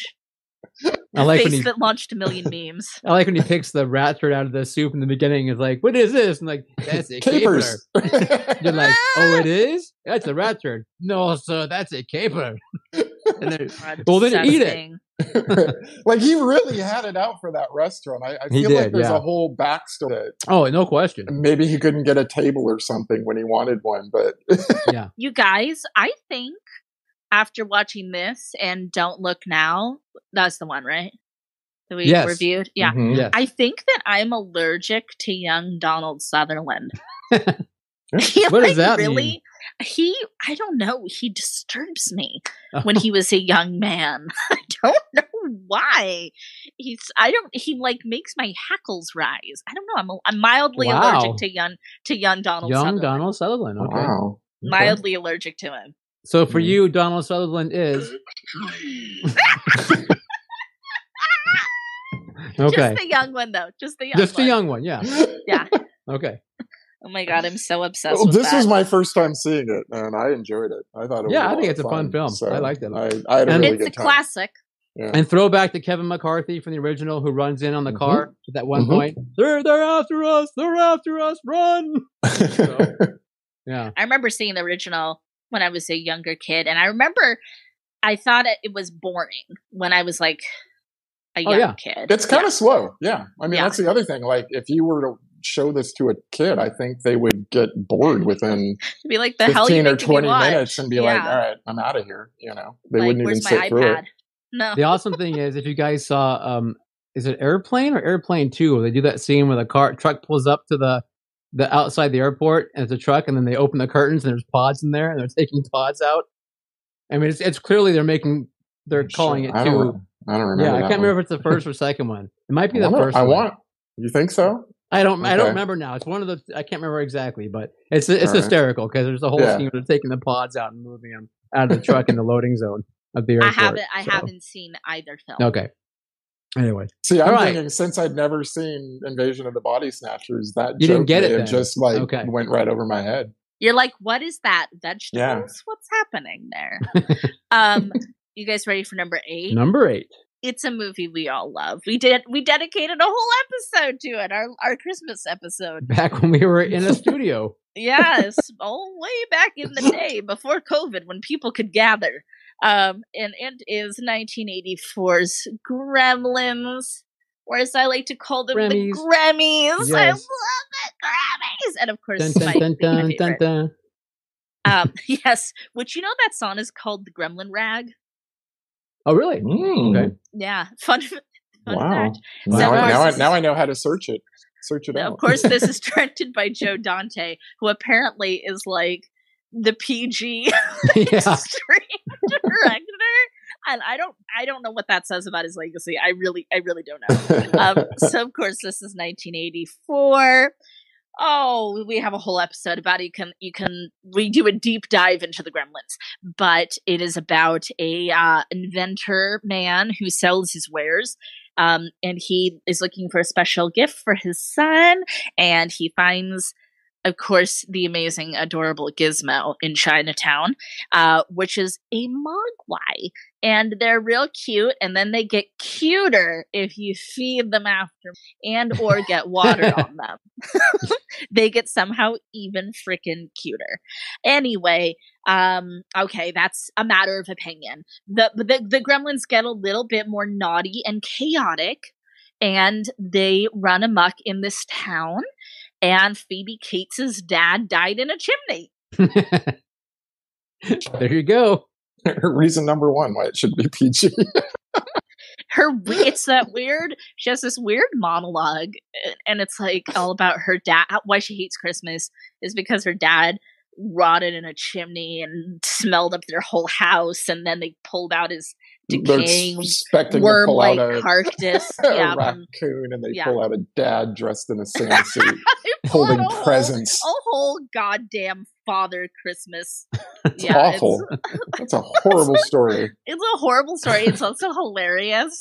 I
The
like when
face
he.
that launched a million memes.
I like when he picks the rat turd out of the soup in the beginning. Is like, what is this? And like, that's a caper.
capers
You're like, oh, it is. That's a rat turd. No, sir, that's a caper. and then, Well, then eat it.
Disgusting.
like he really had it out for that restaurant i, I
He
feel like
did,
there's
yeah.
a whole backstory that
oh, no question.
maybe he couldn't get a table or something when he wanted one but
you guys, I think after watching this and Don't Look Now, that's the one, right? That we
Yes. Mm-hmm.
reviewed. Yeah.
Mhm.
Yes.
I think that I'm allergic to young Donald Sutherland. he,
What does that
really,
mean?
He, I don't know. He disturbs me
Oh.
when he was a young man. I don't know why. He's, I don't. He like makes my hackles rise. I don't know. I'm, a- I'm mildly
Wow.
allergic to young to young Donald.
Young
Sutherland.
Donald Sutherland. Okay.
wow
Mildly allergic to him.
So for
Mhm.
you, Donald Sutherland is okay.
Just the young one though. Just the young
Just the
one.
young one, yeah.
Yeah.
Okay.
Oh my god, I'm so obsessed
Well,
with
Oh, this
that.
was my first time seeing it, and I enjoyed it. I thought it was
Yeah, I
a
think
lot of
it's a fun film. I liked it.
I, I had a
And-
really
it's a
good time.
classic.
And throwback to Kevin McCarthy from the original who runs in
Mm-hmm.
on the car at that one
Mhm.
point. They're they're after us, they're after us, run. Yeah.
I remember seeing the original when I was a younger kid, and I remember I thought it, it was boring when I was like a
Oh,
young
yeah.
kid.
it's kind of slow. Yeah, I mean
Yeah.
that's the other thing. Like if you were to show this to a kid, I think they would get bored within
of be like the hell you
fifteen or
making me
twenty
watch?
minutes and be like,
Yeah.
"All right, I'm out of here." You know, they
Like,
wouldn't even
where's
sit
my
through
iPad?
it.
No,
The awesome thing is if you guys saw um is it airplane or airplane two? They do that scene where the car truck pulls up to the the outside the airport and it's a truck and then they open the curtains and there's pods in there and they're taking pods out. I mean it's it's clearly they're making they're calling
Shit,
it
I
two
don't, re- I don't remember.
yeah, I
that
can't
one.
remember if it's the first or second one. It might be
I
the
wonder-
first.
I
one.
want. You think so?
I don't. I don't
Okay.
remember now. It's one of the. I can't remember exactly, but it's it's
All right.
hysterical because there's a whole
Yeah.
scene where they're taking the pods out and moving them out of the truck in the loading zone of the
I
airport.
haven't. I
so.
haven't seen either film.
Okay. Anyway,
See, I'm
All right.
thinking since I'd never seen Invasion of the Body Snatchers, that
You didn't
joke
get it
may have
then.
just like
Okay.
went right over my head.
You're like, what is that? Vegetables?
Yeah.
What's happening there? um, you guys ready for number eight?
number eight.
It's a movie we all love. We did we dedicated a whole episode to it, our our Christmas episode.
Back when we were in a studio.
Yes, all way back in the day before COVID when people could gather. Um, and it is 1984's Gremlins, or as I like to call them,
Grammys.
the Grammys. I love
Yes.
the Grammys, and of course,
Dun, dun,
Spike
dun,
being my
dun, dun,
favorite.
dun.
Um, yes, which you know that song is called the Gremlin Rag.
Oh, really? Okay.
Yeah, fun. fun
Wow.
fact.
Hmm. Now,
So
I,
of
now, I,
course-
now I know how to search it. Search it
Now,
out.
of course, this is directed by Joe Dante, who apparently is like the PG
yeah.
extreme director. And I don't, I don't know what that says about his legacy. I really, I really don't know. Um, so of course, this is 1984. Oh, we have a whole episode about it. you can you can we do a deep dive into the gremlins, but it is about a uh, inventor man who sells his wares. Um, and he is looking for a special gift for his son, and he finds, of course, the amazing, adorable Gizmo in Chinatown, uh, which is a mogwai, and they're real cute, and then they get cuter if you feed them after and or get water on them they get somehow even freaking cuter. Anyway, um, okay, that's a matter of opinion. The, the the gremlins get a little bit more naughty and chaotic, and they run amok in this town. And Phoebe Cates's dad died in a chimney.
there you go.
Reason number one why it should be PG.
her we- it's that weird she has this weird monologue a- and it's like all about her dad why she hates christmas is because her dad rotted in a chimney and smelled up their whole house and then they pulled out his
They're
Decaying
expecting to
worm
pull out
like
a,
carcass yeah
a
from-
raccoon and they
yeah.
pull out a dad dressed in a sand suit
they pulled out
holding
a whole- Oh,
presents.
a whole goddamn father christmas
It's awful. That's a horrible story.
it's a horrible story it's also hilarious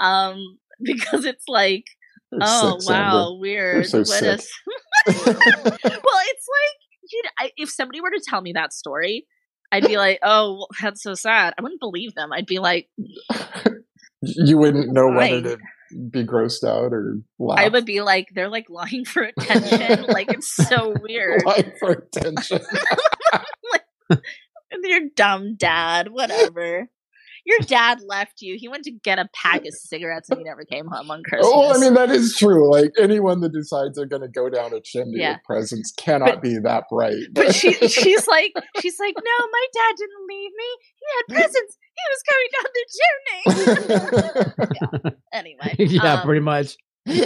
um because it's like
You're
oh
sick, Sandra.
wow weird
so
what a
sick.
well, it's like you know, I, if somebody were to tell me that story, I'd be like, "Oh, well, that's so sad." I wouldn't believe them. I'd be like,
you wouldn't know whether
Fine.
to be grossed out or laugh.
"I would be like, they're like lying for attention. like it's so weird.
Lie for attention.
Your dumb dad, whatever." Your dad left you. He went to get a pack of cigarettes and he never came home on Christmas.
Oh, well, I mean that is true. Like anyone that decides they're going to go down a chimney
Yeah.
with presents cannot
But-
be that bright.
but she she's like she's like, "No, my dad didn't leave me. He had presents. He was going down the chimney." Anyway.
yeah,
um,
pretty much.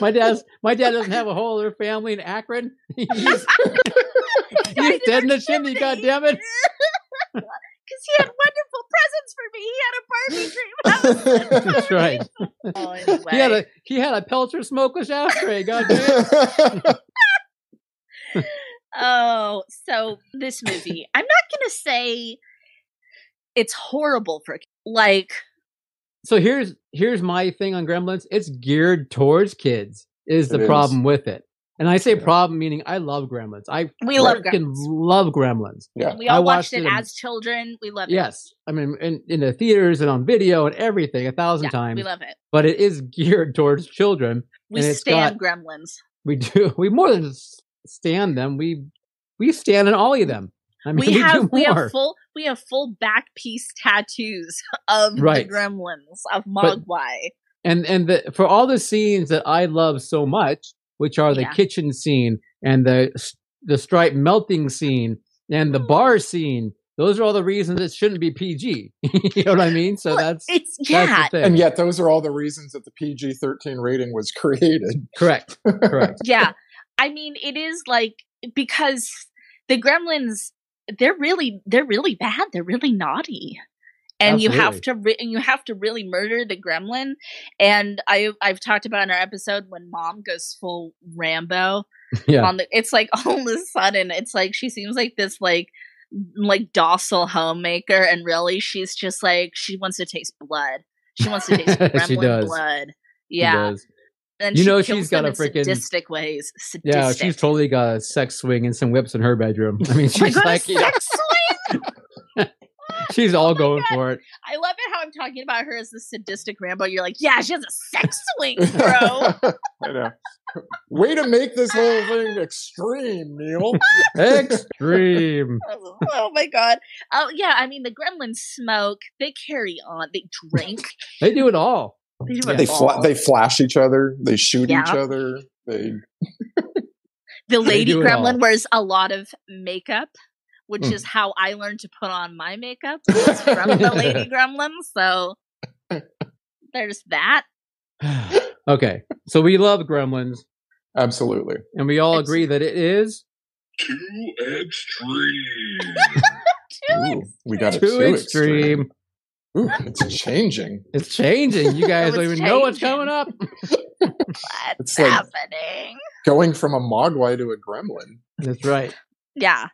My dad's my dad doesn't have a whole other family in Akron. He's, he's dead in the chimney, God damn it!
Because he had wonderful presents for me. He had a Barbie dream house.
That's right.
Oh, anyway.
He had a he had a Pelcher smokeless ashtray. God damn it.
oh, so this movie, I'm not going to say it's horrible for like
So here's here's my thing on Gremlins. It's geared towards kids. Is the
It is.
problem with it? And I say
Yeah.
problem meaning I love Gremlins. I
we love
freaking
Gremlins.
love Gremlins.
yeah,
We all
I
watched
watched
it
it in-
as children. We love
Yes, I mean in, in the theaters and on video and everything a
it.
thousand
Yeah,
times.
we love it.
but it is geared towards children.
We
And it's
stand Gremlins.
We do. We more than s- stand them. We we stand in all of them. I mean,
We,
we,
have
do
we
more.
have full we have full back piece tattoos of
Right.
the Gremlins of
But-
Mogwai.
and and the, for all the scenes that I love so much, which are the
Yeah.
kitchen scene and the s- the stripe melting scene and
Mm.
the bar scene. Those are all the reasons it shouldn't be PG. you know what I mean? So
Well,
that's
it's yeah,
that's the thing.
and yet those are all the reasons that the PG-13 rating was created.
Correct. Correct.
yeah i mean it is like because the gremlins they're really they're really bad they're really naughty and you have
Absolutely.
to re- and you have to really murder the gremlin and i i've talked about in our episode when mom goes full rambo
Yeah.
on the it's like all of a sudden it's like she seems like this like like docile homemaker and really she's just like she wants to taste blood she wants to taste
She
gremlin
does.
blood Yeah.
does.
And
You
she
know
kills
she's got
them
a
in
frickin-
sadistic ways. Sadistic.
Yeah, she's totally got a sex swing and some whips in her bedroom. I mean,
Oh my
she's
God, a
like, you know,
sex slave?
she's
Oh
all going
God.
for it.
I love it how I'm talking about her as the sadistic Rambo. You're like, yeah, she has a sex swing, bro.
I know. Way to make this whole thing extreme, Neil.
Extreme.
oh my god. Oh yeah, I mean the gremlins smoke, they carry on, they drink.
They do it all.
They, do
Yeah.
it
they
all.
fla- they flash each other. They shoot each
Yeah.
other. They
the lady
do it all. Hmm.
gremlin wears a lot of makeup, which
Mm.
is how I learned to put on my makeup was from the lady gremlin. So there's that.
okay, so we love Gremlins,
absolutely.
and we all
It's-
agree that it is
Too extreme.
Too
Ooh, we got
too,
it too
extreme.
extreme. Ooh, it's changing.
It's changing. You guys
It's
don't even know what's
changing.
coming up.
extreme. What's
It's like-
happening?
Going from a mogwai to a gremlin.
That's right.
Yeah.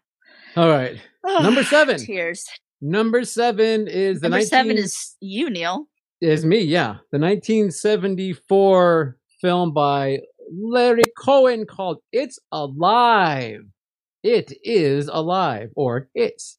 All right, number seven.
Tears.
Number seven is the
Number
19-
seven is you, Neil.
is me, yeah. The 1974 film by Larry Cohen called It's Alive. It is alive, or it's.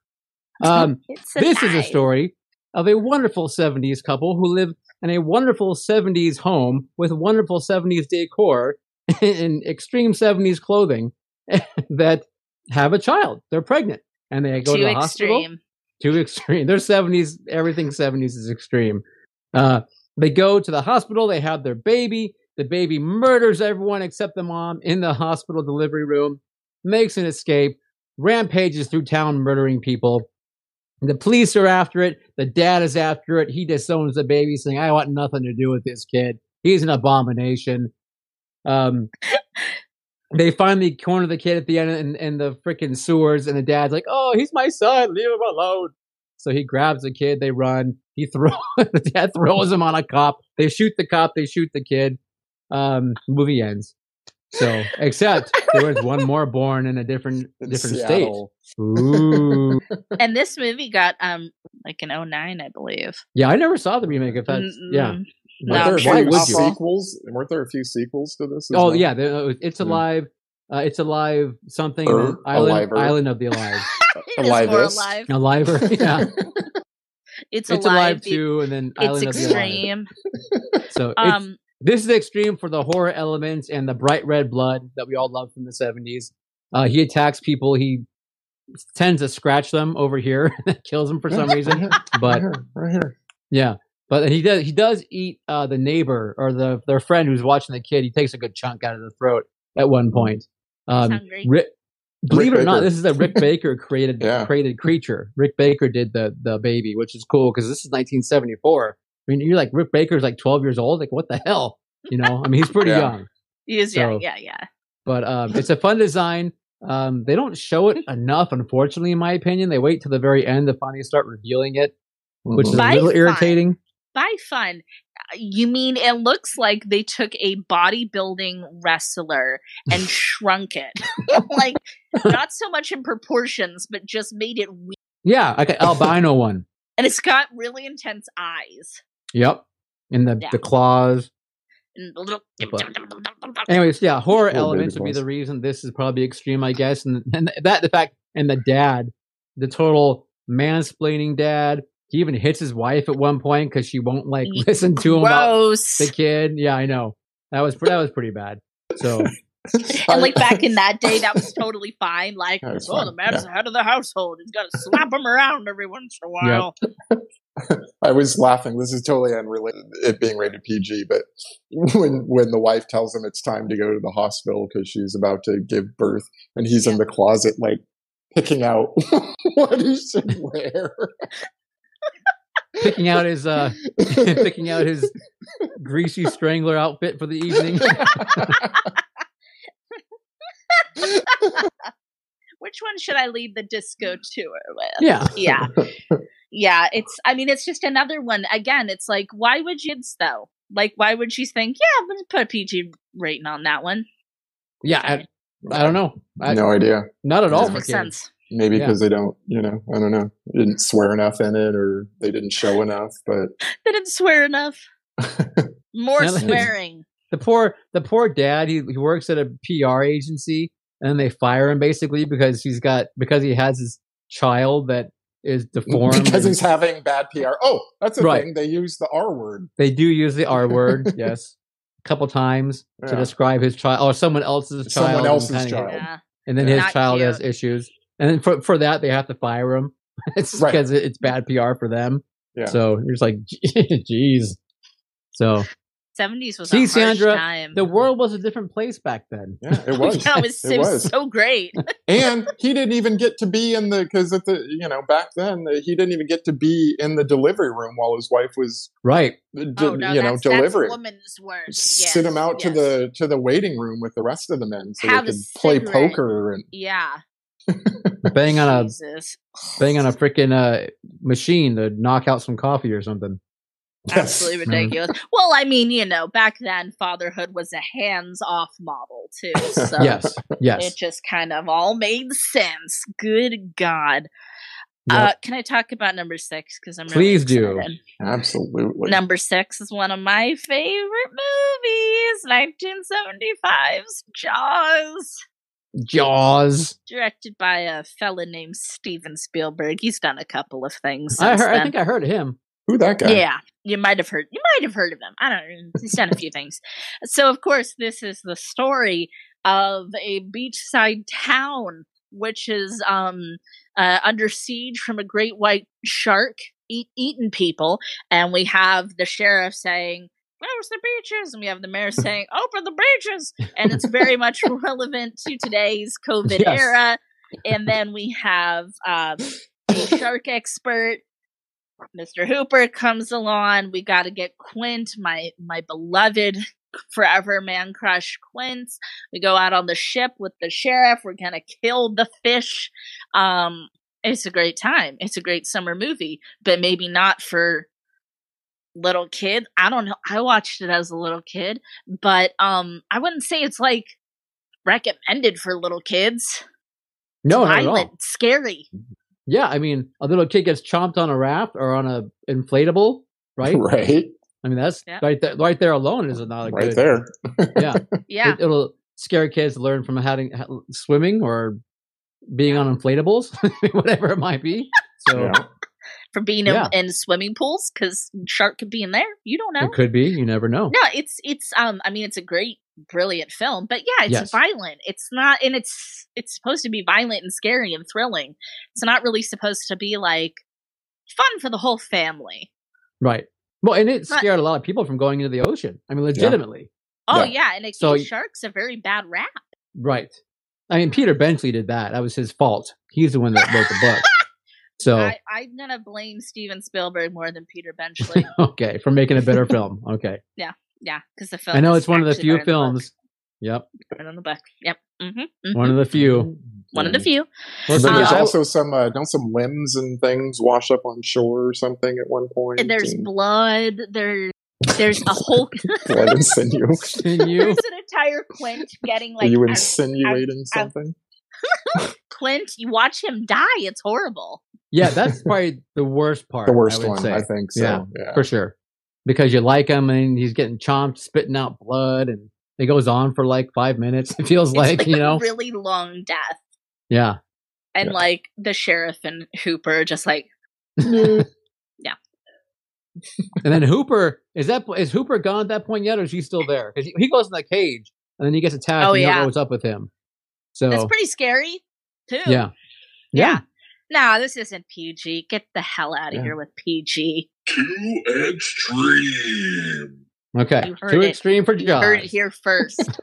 um,
It's
this is a
alive.
story of a wonderful 70s couple who lived in a wonderful 70s home with wonderful 70s decor in extreme 70s clothing that have a child. They're pregnant and they go
Too
to the hospital
extreme.
too extreme. They're seventies. Everything seventies is extreme. Uh, they go to the hospital. They have their baby. The baby murders everyone except the mom in the hospital delivery room. Makes an escape. Rampages through town, murdering people. The police are after it. The dad is after it. He disowns the baby, saying, "I want nothing to do with this kid. He's an abomination." Um, they finally corner the kid at the end in, in the freaking sewers, and the dad's like, "Oh, he's my son. Leave him alone." So he grabs the kid. They run. He throw the dad throws him on a cop. They shoot the cop. They shoot the kid. Um, movie ends. So except there was one more born in a different
in
different
Seattle.
state. Ooh.
And this movie got um like an 09, I believe.
Yeah, I never saw the remake of that. Yeah.
Mm,
But
No,
Weren't there a
I'm
few
sure
why
it
would
was
you?
awful.
sequels? Weren't there a few sequels to this? as
Oh
well?
yeah, there- uh, it's
Yeah.
alive. Uh, it's alive. Something
Er,
and island.
aliver.
Island of the alive.
It is more
Alivist.
alive.
Aliver. Yeah,
It's,
it's
alive.
alive too, and then
It's
island of the alive.
extreme.
So it's-
Um,
this is extreme for the horror elements and the bright red blood that we all love from the 70s. Uh, he attacks people. He tends to scratch them over here, kills them for some reason.
right
But
here, right here.
yeah, but he does he does eat uh, the neighbor or the their friend who's watching the kid. He takes a good chunk out of the throat at one point. Um,
hungry.
Rick, believe it or not,
Baker.
this is a Rick Baker created
Yeah.
created creature. Rick Baker did the the baby, which is cool because this is 1974. I mean, you're like Rick Baker's like 12 years old. Like, what the hell? You know, I mean, he's pretty
Yeah.
young,
He is, yeah,
so-
yeah, yeah.
but um, it's a fun design. Um, they don't show it enough, unfortunately, in my opinion. They wait till the very end to finally start revealing it, which is
Mhm.
a
By
little
fun.
irritating.
By fun. Uh, You mean it looks like they took a bodybuilding wrestler and shrunk it, like not so much in proportions, but just made it. Weird.
Yeah, like an albino one.
And it's got really intense eyes.
Yep, and the
Yeah.
the claws.
And little-
Anyways, yeah, horror
baby
elements would be
boys.
the reason this is probably extreme, I guess, and and that the fact and the dad, the total mansplaining dad. He even hits his wife at one point because she won't like
Ye-
listen to him about
Gross.
the kid. Yeah, I know that was that was pretty bad. So
I-
And like back in that day, that was totally fine. Like,
That was
oh,
fine,
the man's the head of the household. He's got to slap him around every once in a
Yep.
while.
I was laughing. This is totally unrelated. It being rated PG, but when when the wife tells him it's time to go to the hospital because she's about to give birth, and he's in the closet like picking out what he should wear.
picking out his uh picking out his greasy strangler outfit for the evening.
Which one should I lead the disco tour with?
Yeah,
Yeah. yeah. It's, I mean, it's just another one. Again, it's like, why would Jids though? Like, why would she think, yeah, let's put a PG rating on that one?
yeah. I, I don't know. I,
no idea.
Not at all.
Doesn't
For
make
kids.
sense.
Maybe
Yeah.
because they don't, you know, I don't know, they didn't swear enough in it, or they didn't show enough. But
They didn't swear enough. More
Yeah, like-
swearing.
the poor the poor dad he, he works at a pr agency and then they fire him basically because he's got because he has his child that is deformed
because
and
he's having bad PR. Oh, that's a
Right.
thing. They use the R word.
they do use the r word yes a couple times to
Yeah.
describe his child or someone else's child
Someone
and
else's
kinda-
child.
Yeah.
and then
Yeah.
his
Not
child
cute.
has issues and then for, for that they have to fire him it's
Right.
because it, it's bad pr for them
Yeah.
so you're just like jeez so
70s was
See,
a harsh
Sandra,
time.
the world was a different place back then
Yeah, it was.
yeah, it was, it was so great. Oh,
and he didn't even get to be in the because at the you know back then uh, he didn't even get to be in the delivery room while his wife was uh,
right
d-
oh, no,
you know
that's, that's
delivering.
woman's work.
Sit him out to the to the waiting room with the rest of the men so
Have a
they could play
cigarette.
poker and
Yeah.
bang on a
Jesus.
thing on a freaking uh, machine to knock out some coffee or something.
Absolutely
Yes.
ridiculous. Well, I mean, you know, back then fatherhood was a hands-off model too. So
yes, yes.
it just kind of all made sense. Good God. Uh,
Yep.
can I talk about number six? Because I'm
Please
really
do.
excited.
absolutely
Number six is one of my favorite movies, 1975's Jaws,
Jaws.
directed by a fella named Steven Spielberg. He's done a couple of things.
I
since
heard.
then.
I think I heard him.
who that guy
Yeah, you might have heard. You might have heard of him. I don't know. He's done a few things. So, of course, this is the story of a beachside town which is um, uh, under siege from a great white shark eat- eating people, and we have the sheriff saying. Close the beaches, and we have the mayor saying, "Open the beaches," and it's very much relevant to today's COVID
Yes.
era. And then we have um, the shark expert Mr. Hooper comes along. We got to get Quint, my my beloved forever man crush Quint. We go out on the ship with the sheriff. We're gonna kill the fish. Um, it's a great time. It's a great summer movie, but maybe not for little kid. I don't know. I watched it as a little kid, but um, I wouldn't say it's like recommended for little kids.
No, not at
Violent,
all.
scary.
Yeah, I mean, a little kid gets chomped on a raft or on a inflatable, right?
right
I mean, that's
Yeah.
right there. Right there alone is not a
right
Uh, good.
there
Yeah,
Yeah.
It, will scare kids to learn from having ha- swimming or being on inflatables, whatever it might be. So
yeah.
for being
Yeah.
in, in swimming pools because shark could be in there. You don't know.
it could be. You never know.
No, it's it's um. I mean, it's a great, brilliant film, but yeah, it's
Yes.
violent. It's not, and it's it's supposed to be violent and scary and thrilling. It's not really supposed to be like fun for the whole family.
Right. Well, and it
But-
scared a lot of people from going into the ocean. I mean, legitimately.
Oh
Yeah.
yeah, and it
So-
gives sharks a very bad rap.
Right. I mean, Peter Benchley did that. That was his fault. He's the one that wrote the book. So,
I, I'm gonna blame Steven Spielberg more than Peter Benchley.
okay, for making a better film. Okay.
yeah, because the film.
I know
is
it's one of the
actually
few
better than the book.
films. Yep.
Better than the book. Yep. hmm
One of the few.
One of
Mm.
the Um, few.
Well,
But
see,
there's
I-
also some uh, don't some limbs and things wash up on shore or something at one point.
There's
and
blood. There's there's a whole
blood and sinew.
Continue.
there's an entire Quint getting like
Are you
I-
insinuating
I- I-
something?
Quint. You watch him die. It's horrible.
Yeah, that's probably the worst part.
the worst
I would
one,
say,
I think. So
Yeah.
yeah,
for sure, because you like him and he's getting chomped, spitting out blood, and it goes on for like five minutes. It feels
It's
like, you
a
know.
really long death,
yeah.
and
Yeah.
like the sheriff and Hooper are just like Mm.
And then Hooper is that is Hooper gone at that point yet, or is he still there? Because he, he goes in the cage and then he gets attacked.
Oh,
and you don't
yeah.
know what's up with him. So
Oh.
that's pretty scary too.
yeah.
yeah. No, this isn't PG. Get the hell out of
Yeah.
here with PG.
Too extreme.
Okay.
You heard
Too
it.
extreme for
You heard it
Jaws.
here first.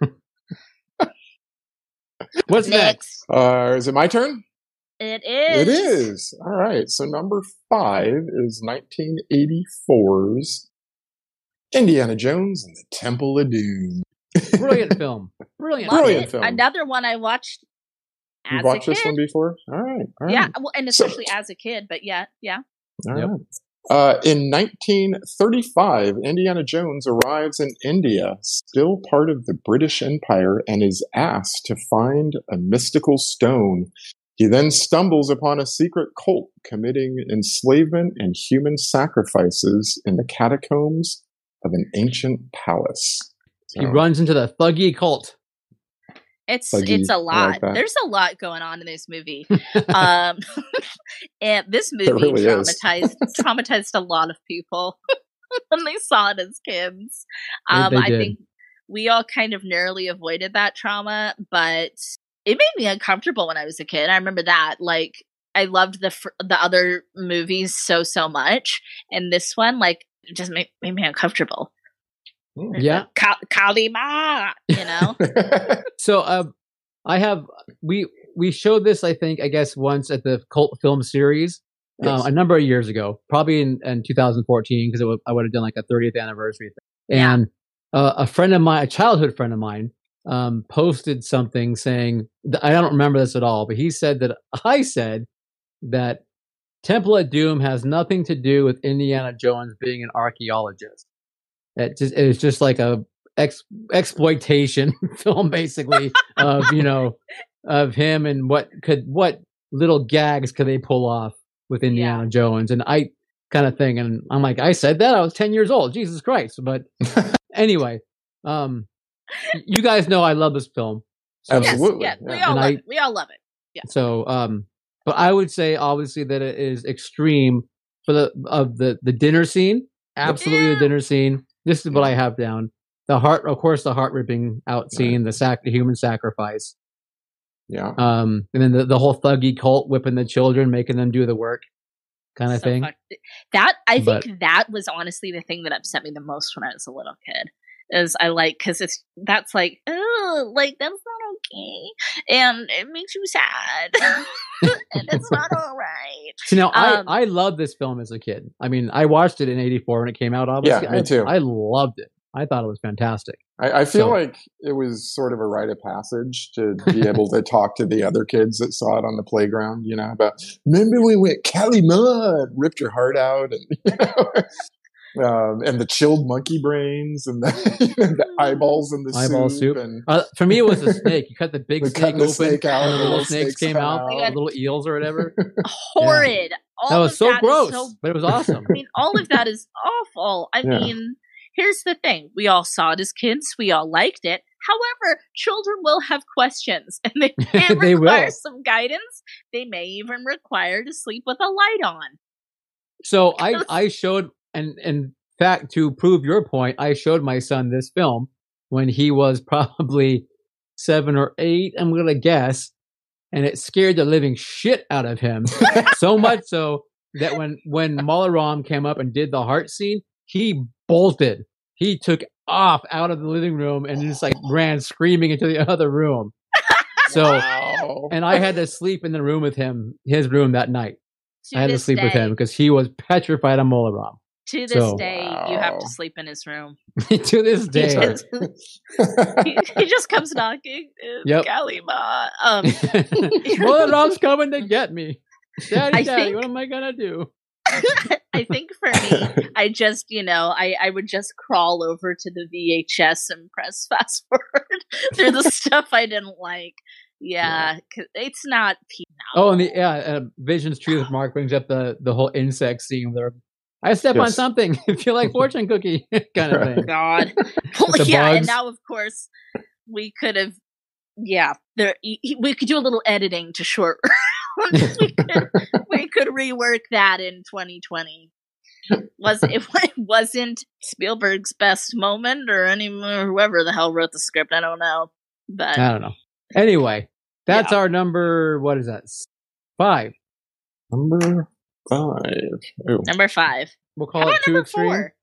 What's next?
Next,
Uh, is it my turn?
it
It
is.
is. All right. So number five is 1984's Indiana Jones and the Temple of Doom.
Brilliant film. Brilliant.
Love
Brilliant
it.
film.
Another one I watched. As
You've watched
a kid.
this one before? All right. All right.
Yeah, well, and
So-
especially as a kid, but yeah, yeah.
All
Yep.
right. Uh, in 1935, Indiana Jones arrives in India, still part of the British Empire, and is asked to find a mystical stone. He then stumbles upon a secret cult committing enslavement and human sacrifices in the catacombs of an ancient palace.
He
So,
runs into the thuggy cult.
It's
Buggy,
it's
I
a lot.
like that.
There's a lot going on in this movie. um, and this movie
really is.
traumatized traumatized a lot of people when they saw it as kids.
They-
Um,
they
I
did.
think we all kind of narrowly avoided that trauma, but it made me uncomfortable when I was a kid. I remember that. Like I loved the fr- the other movies so so much, and this one like it just made, made me uncomfortable.
hmm.
Yeah.
Ka- Kalima, you know.
So uh, I have we we showed this I think I guess once at the cult film series
Yes.
uh, a number of years ago, probably in, in 2014 because I would have done like a 30th anniversary thing.
Yeah.
And uh, a friend of mine, a childhood friend of mine, um, posted something saying th- I don't remember this at all, but he said that I said that Temple of Doom has nothing to do with Indiana Jones being an archaeologist. It just, it's just like a ex, exploitation film, basically, of you know, of him and what could what little gags could they pull off with Indiana Jones and I kind of thing. And I'm like, I said that I was ten years old. Jesus Christ! But anyway, um, you guys know I love this film.
Absolutely.
Yes, yeah, we
yeah.
all
And
love
I-
it. We all love it.
So, um, but I would say obviously that it is extreme for the of the the dinner scene. Absolutely,
Yeah.
the dinner scene. This is what I have down. The heart, of course, the heart ripping out scene, the sac, the human sacrifice,
Yeah.
um, and then the, the whole thuggy cult whipping the children, making them do the work, kind of
So
thing.
fuck- That I
But-
think that was honestly the thing that upset me the most when I was a little kid. Is I like because it's that's like oh like that's not okay and it makes you sad and it's not all right.
See, now
Um,
I I loved this film as a kid. I mean, I watched it in '84 when it came out. Obviously,
me
I,
too.
I loved it. I thought it was fantastic.
I, I feel
So-
like it was sort of a rite of passage to be able to talk to the other kids that saw it on the playground, you know, about remember we went Cali Mud, ripped your heart out, and you know, um, and the chilled monkey brains and the, you know, the eyeballs in the
Eyeball
soup,
soup.
and
Uh, for me, it was a snake. You cut the big
We cut
snake
the
open,
snake out,
and the little snakes, came
come
out,
out.
the little eels or whatever.
Horrid. All
that
of
was so
that is
gross,
so-
but it was awesome.
I mean, all of that is awful. I
Yeah.
mean, here's the thing: we all saw it as kids, we all liked it. However, children will have questions, and they can
They will.
require some guidance. They may even require to sleep with a light on.
So I I showed and in fact to prove your point, I showed my son this film when he was probably seven or eight. I'm gonna guess, and it scared the living shit out of him. so much so that when when Malaram came up and did the heart scene, he bolted. He took off out of the living room and just like ran screaming into the other room. So
Wow.
and I had to sleep in the room with him, his room that night.
To
I had to
this
sleep with
day-
him because he was petrified of Molaram.
To this
So-
day, you have
Wow.
to sleep in his room.
to this day.
Sorry.
It's- he, he just comes knocking.
Yep.
Yep. Kalima. Um,
Molaram's coming to get me. Daddy,
I
daddy,
think-
what am I gonna do?
I think for me, I just, you know, I, I would just crawl over to the VHS and press fast forward through the stuff I didn't like. Yeah, 'cause it's not. P- no.
Oh, and the yeah, uh, Vision's tree with Mark brings up the the whole insect scene where I step on
Yes.
something if you like fortune cookie kind of thing.
Oh, God. Oh,
the
yeah, and
bugs.
now of course we could have. Yeah, there y- y- we could do a little editing to short. we, could, we could rework that in 2020. Was it, it wasn't Spielberg's best moment or any or whoever the hell wrote the script? I don't know, but
I don't know. Anyway, that's our number. What is that? S- Five.
Number five. Ooh.
number five.
We'll call
How
it
about
oh, two
number
extreme.
four?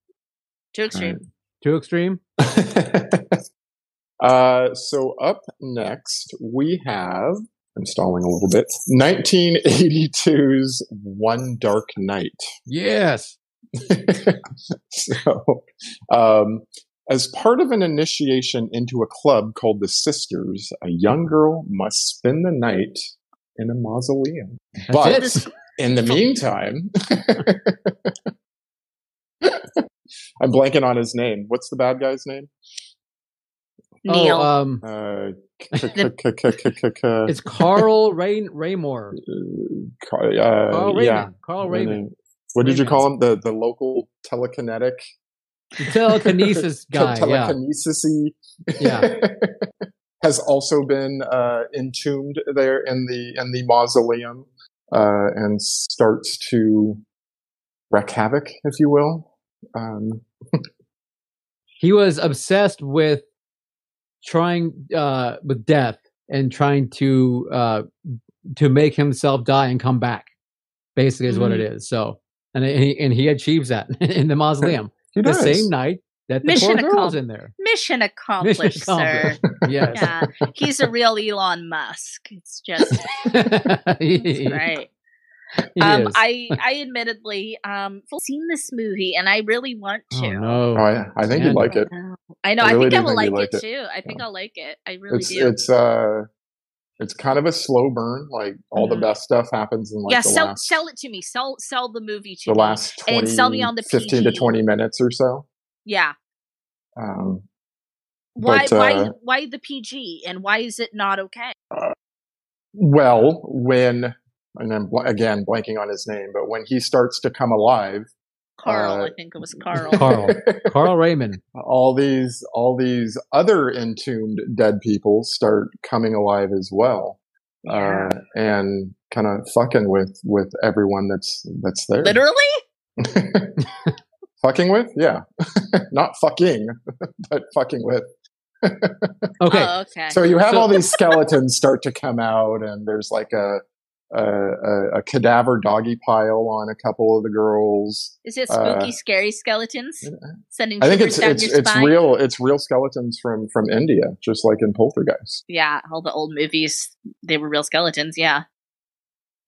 Too extreme.
Two extreme.
uh, so up next we have I'm stalling a little bit. 1982's One Dark Night.
Yes.
so, um, as part of an initiation into a club called the Sisters, a young girl must spend the night in a mausoleum.
That's
But-
it.
This-
In the meantime, I'm blanking on his name. What's the bad guy's name?
Neil.
Oh, um,
Uh,
The-
it's Carl Rain Raymore.
Car- uh,
Carl Raymond.
yeah.
Carl Raymond.
What did you
Raymond.
call him? The the local telekinetic
telekinesis guy. yeah,
telekinesisy
yeah.
has also been uh, entombed there in the in the mausoleum uh, and starts to wreak havoc, if you will. Um,
He was obsessed with trying uh, with death and trying to uh, to make himself die and come back. Basically, is what
Mm-hmm.
it is. So, and he and he achieves that in the mausoleum
he
the
does.
same night that the
Mission
poor girl's
accomplished.
in there.
Mission accomplished,
accomplished.
sir.
Yes.
yeah, he's a real Elon Musk. It's just
He-
it's right.
he
Um,
is.
I I admittedly um full- seen this movie and I really want to.
oh, no.
Oh, I, I think
Man.
you'd like it.
I know.
I
I,
really
think I
do
will
think
like,
you
it,
like
too. I think I'll like it. I really
It's
do.
it's uh, it's kind of a slow burn. Like all the
Mhm.
best stuff happens in like
yeah,
the
sell
last
sell it to me. Sell sell the movie to
the
me.
last
and
20,
it's sell me on the
15 to
PG.
20 minutes or so.
Yeah.
Um,
Why
But, uh,
why why the PG and why is it not okay?
well, when and I'm bl- again blanking on his name, but when he starts to come alive,
Carl,
Uh,
I think it was Carl.
Carl. Carl Raymond.
all these all these other entombed dead people start coming alive as well
Yeah.
uh, and kind of fucking with with everyone that's that's there
Literally?
fucking with yeah not fucking but fucking with
Okay.
Oh, okay.
so you have
So-
all these skeletons start to come out and there's like a a, a, a cadaver doggy pile on a couple of the girls
is it
uh,
spooky, scary skeletons sending
i think
shivers
it's
down
it's
your
it's
spine?
real it's real skeletons from from india just like in poltergeist
Yeah, all the old movies, they were real skeletons. Yeah,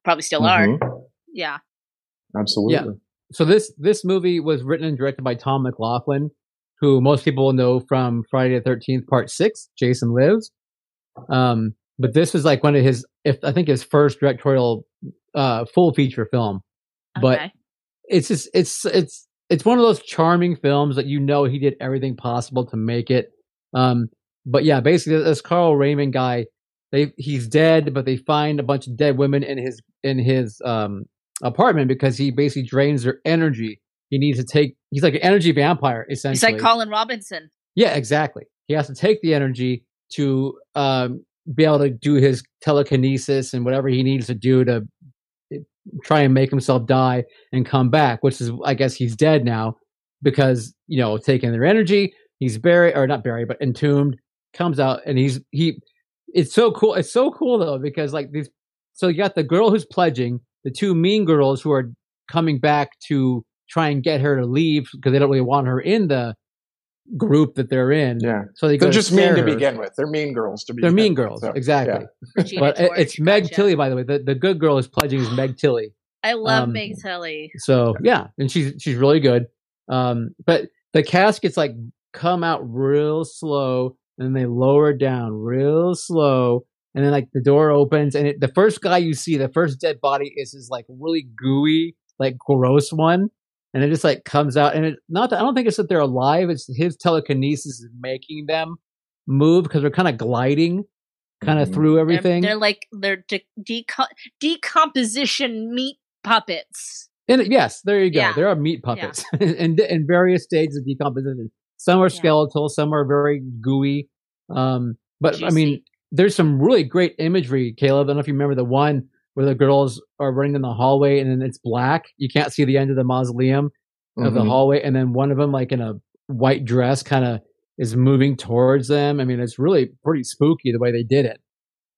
probably still are.
Mhm.
Mm-hmm.
Yeah.
absolutely
so this this movie was written and directed by Tom McLaughlin, who most people know from Friday the Thirteenth Part Six, Jason Lives. Um, but this was like one of his, if I think his first directorial uh, full feature film. But
okay.
it's just it's it's it's one of those charming films that you know he did everything possible to make it. Um, but yeah, basically this Carl Raymond guy, they he's dead, but they find a bunch of dead women in his in his um apartment because he basically drains their energy. He needs to take he's like an energy vampire essentially.
He's like Colin Robinson.
Yeah, exactly. He has to take the energy to um, be able to do his telekinesis and whatever he needs to do to eh, try and make himself die and come back. Which is, I guess, he's dead now because you know taking their energy. He's buried, or not buried, but entombed. Comes out and he's he. It's so cool. It's so cool though because like these. So you got the girl who's pledging, the two mean girls who are coming back to try and get her to leave because they don't really want her in the group that they're in.
yeah
So they go
They're just mean
scare
to
her.
begin with. They're mean girls to begin.
They're mean
with,
girls,
so-
exactly.
Regina
But it-
George,
it's Meg
gotcha.
Tilly, by the way. The, the good girl is pledging is Meg Tilly.
I love
Um,
Meg Tilly.
So yeah, and she's she's really good. Um, but the caskets like come out real slow, and then they lower down real slow, and then like the door opens, and it, the first guy you see, the first dead body, is this like really gooey, like gross one, and it just like comes out, and it not that, I don't think it's that they're alive. It's his telekinesis is making them move because they're kind of gliding, kind of
Mhm.
through
They're-
everything.
They're, like they're de- deco- decomposition meat puppets.
And yes, there you go.
Yeah.
There are meat puppets and in various stages of decomposition. Some are
Yeah.
skeletal, some are very gooey. Um, but I mean, there's some really great imagery, Caleb. I don't know if you remember the one where the girls are running in the hallway and then it's black. You can't see the end of the mausoleum of the
Mhm.
hallway, and then one of them, like in a white dress, kind of is moving towards them. I mean, it's really pretty spooky the way they did it.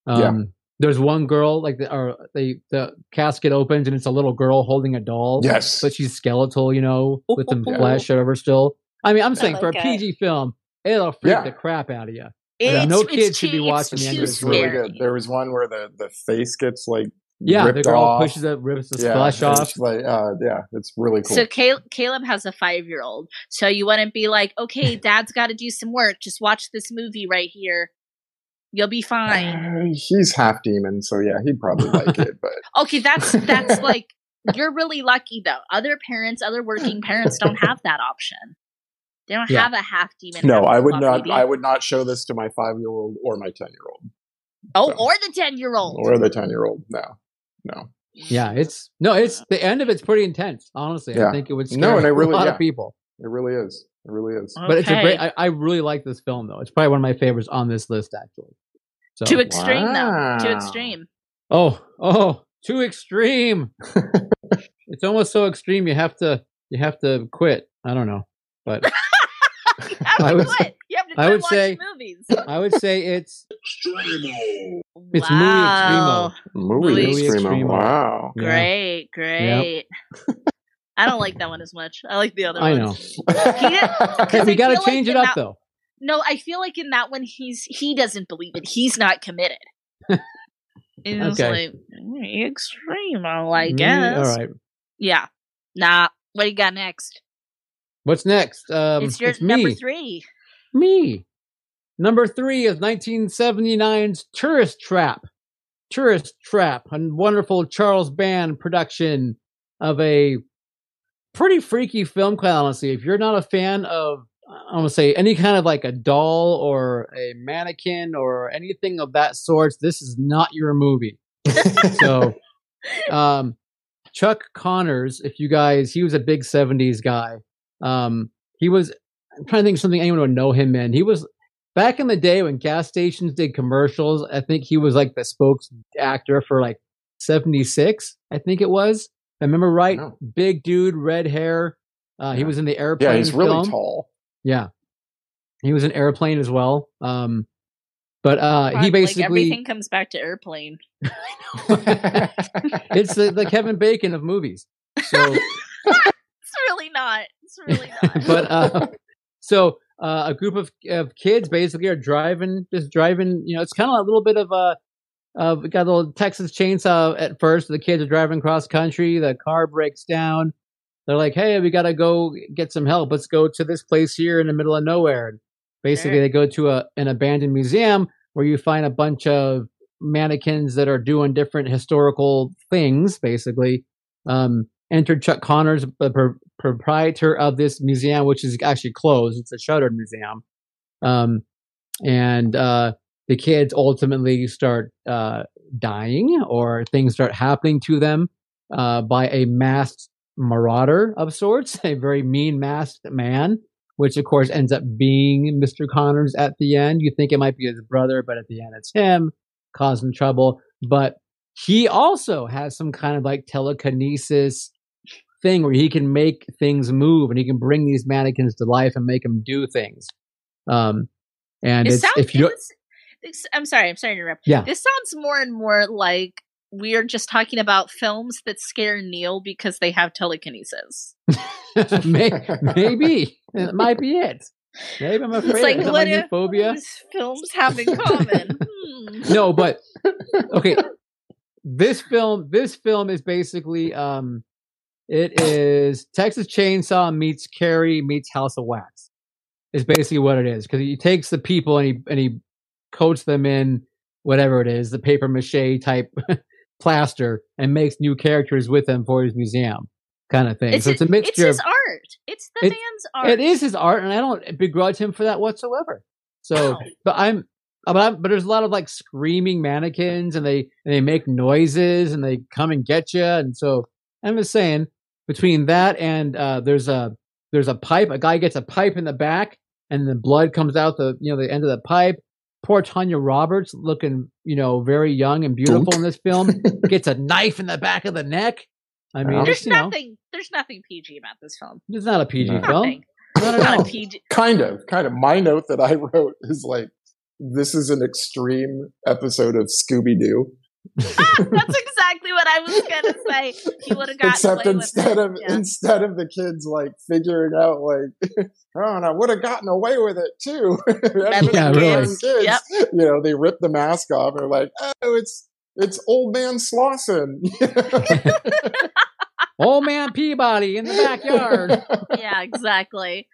Um,
Yeah.
There's one girl, like, the, or they the casket opens and it's a little girl holding a doll
Yes.
but she's skeletal, you know, with some
Yeah.
flesh or whatever still. I mean, I'm saying for a
like it.
PG film, it'll freak
Yeah.
the crap out of you.
It's,
No
it's
kid should be
too-
watching
it's
the end
too
of
it's
this
really
scary.
good. There was one where the the face gets like
Yeah,
ripped
the girl
off.
pushes it, rips the
yeah,
flesh
it's
off.
Like, uh, yeah, it's really cool.
So Caleb, Caleb has a five year old. So you wouldn't be like, okay, dad's got to do some work. Just watch this movie right here. You'll be fine.
Uh, he's half demon, so yeah, he'd probably like it. But
Okay, that's that's like you're really lucky though. Other parents, other working parents, don't have that option. They don't
Yeah.
have a half demon.
no,
half
I would
robot
not.
baby.
I would not show this to my five year old or my ten year old
oh,
so.
or the ten year old.
or the ten year old. No, no.
Yeah, it's no, it's the end of it's pretty intense. Honestly, I
Yeah.
think it would
No,
scare
and I
a
really-
lot
yeah.
of people.
It really is. It really is.
But it's a
Okay.
great. I, I really like this film though. It's probably one of my favorites on this list actually. So
Too extreme, though. Too
Wow.
extreme.
oh oh too extreme. it's almost so extreme you have to you have to quit. I don't know, but
You have to
I would-
quit. You have to
I
quit
would
watching
say-
movies.
I would say it's It's muy
wow.
Muy
Muy
extremo.
extremo.
Wow.
yeah,
Great, great. I don't like that one as much. I like the other
I
one.
know.
Because
We
I
got to
feel like
change it
in
up
that-
though.
No, I feel like in that one he's he doesn't believe it. He's not committed. And it's
Okay.
like "Mm, extreme, I
Mm,
guess.
All right.
Yeah. Nah. What do you got next?
What's next? Um,
it's your
me.
number three.
Me. Number three is 1979's Tourist Trap. Tourist Trap, a wonderful Charles Band production of a pretty freaky film, quite honestly. If you're not a fan of, I want to say, any kind of like a doll or a mannequin or anything of that sort, this is not your movie. so, um, Chuck Connors, if you guys, he was a big 70s guy. Um, he was, I'm trying to think of something anyone would know him in. He was, back in the day when gas stations did commercials, I think he was like the spokes actor for like 76, I think it was. If I remember right.
No.
Big dude, red hair. Uh, He
Yeah.
was in the airplane.
Yeah, he's really
film.
tall.
Yeah. He was in airplane as well. Um, but uh,
Fuck,
he
like,
basically.
everything comes back to airplane.
it's the, the Kevin Bacon of movies. So,
It's really not. It's really not.
but uh, so uh, a group of, of kids basically are driving, just driving. You know, it's kind of a little bit of a of Uh, got a little Texas chainsaw at first. The kids are driving cross country. The car breaks down. They're like, "Hey, we gotta go get some help. Let's go to this place here in the middle of nowhere." And basically,
Sure.
they go to a an abandoned museum where you find a bunch of mannequins that are doing different historical things. Basically, um, entered Chuck Connors, the pro- proprietor of this museum, which is actually closed. It's a shuttered museum, um, and uh, the kids ultimately start uh, dying, or things start happening to them uh, by a masked marauder of sorts, a very mean masked man. Which of course ends up being Mr. Connors at the end. You think it might be his brother, but at the end it's him causing trouble. But he also has some kind of like telekinesis thing where he can make things move and he can bring these mannequins to life and make them do things. Um, and
it
it's,
sounds.
if you
it's- it's- I'm sorry. I'm sorry to interrupt.
Yeah.
This sounds more and more like we're just talking about films that scare Neil because they have telekinesis.
may, maybe it might be it. Maybe I'm afraid
It's like
of
what if
phobia.
these films have in common? Hmm.
no, but okay. This film, this film is basically, um, it is Texas Chainsaw meets Carrie meets House of Wax. Is basically what it is because he takes the people and he and he coats them in whatever it is, the paper mache type plaster, and makes new characters with them for his museum kind of thing.
It's,
so it's a mixture
his
of
art. It's the
It-
man's art.
it is his art, and I don't begrudge him for that whatsoever. So,
Wow.
but I'm, but I'm, but there's a lot of like screaming mannequins, and they and they make noises, and they come and get you, and so I'm just saying between that and uh, there's a there's a pipe. A guy gets a pipe in the back, and the blood comes out the you know the end of the pipe. Poor Tanya Roberts, looking you know very young and beautiful in this film, gets a knife in the back of the neck. I mean,
Wow.
it's,
There's
you know,
nothing. There's nothing PG about this film.
it's not a PG
No.
film.
Nothing.
Not at
Not
all.
a PG.
kind of, kind of. My note that I wrote is like, this is an extreme episode of Scooby Doo.
Ah, That's exactly what I was gonna say. He would have gotten
Except
away
instead
with
of
it. Yeah.
instead of the kids like figuring out like, oh, and I would have gotten away with it too. That's
Yeah,
what the
really.
young kids,
Yep.
You know, they rip the mask off and are like, oh, it's it's old man Slauson.
Old man Peabody in the backyard.
yeah, exactly.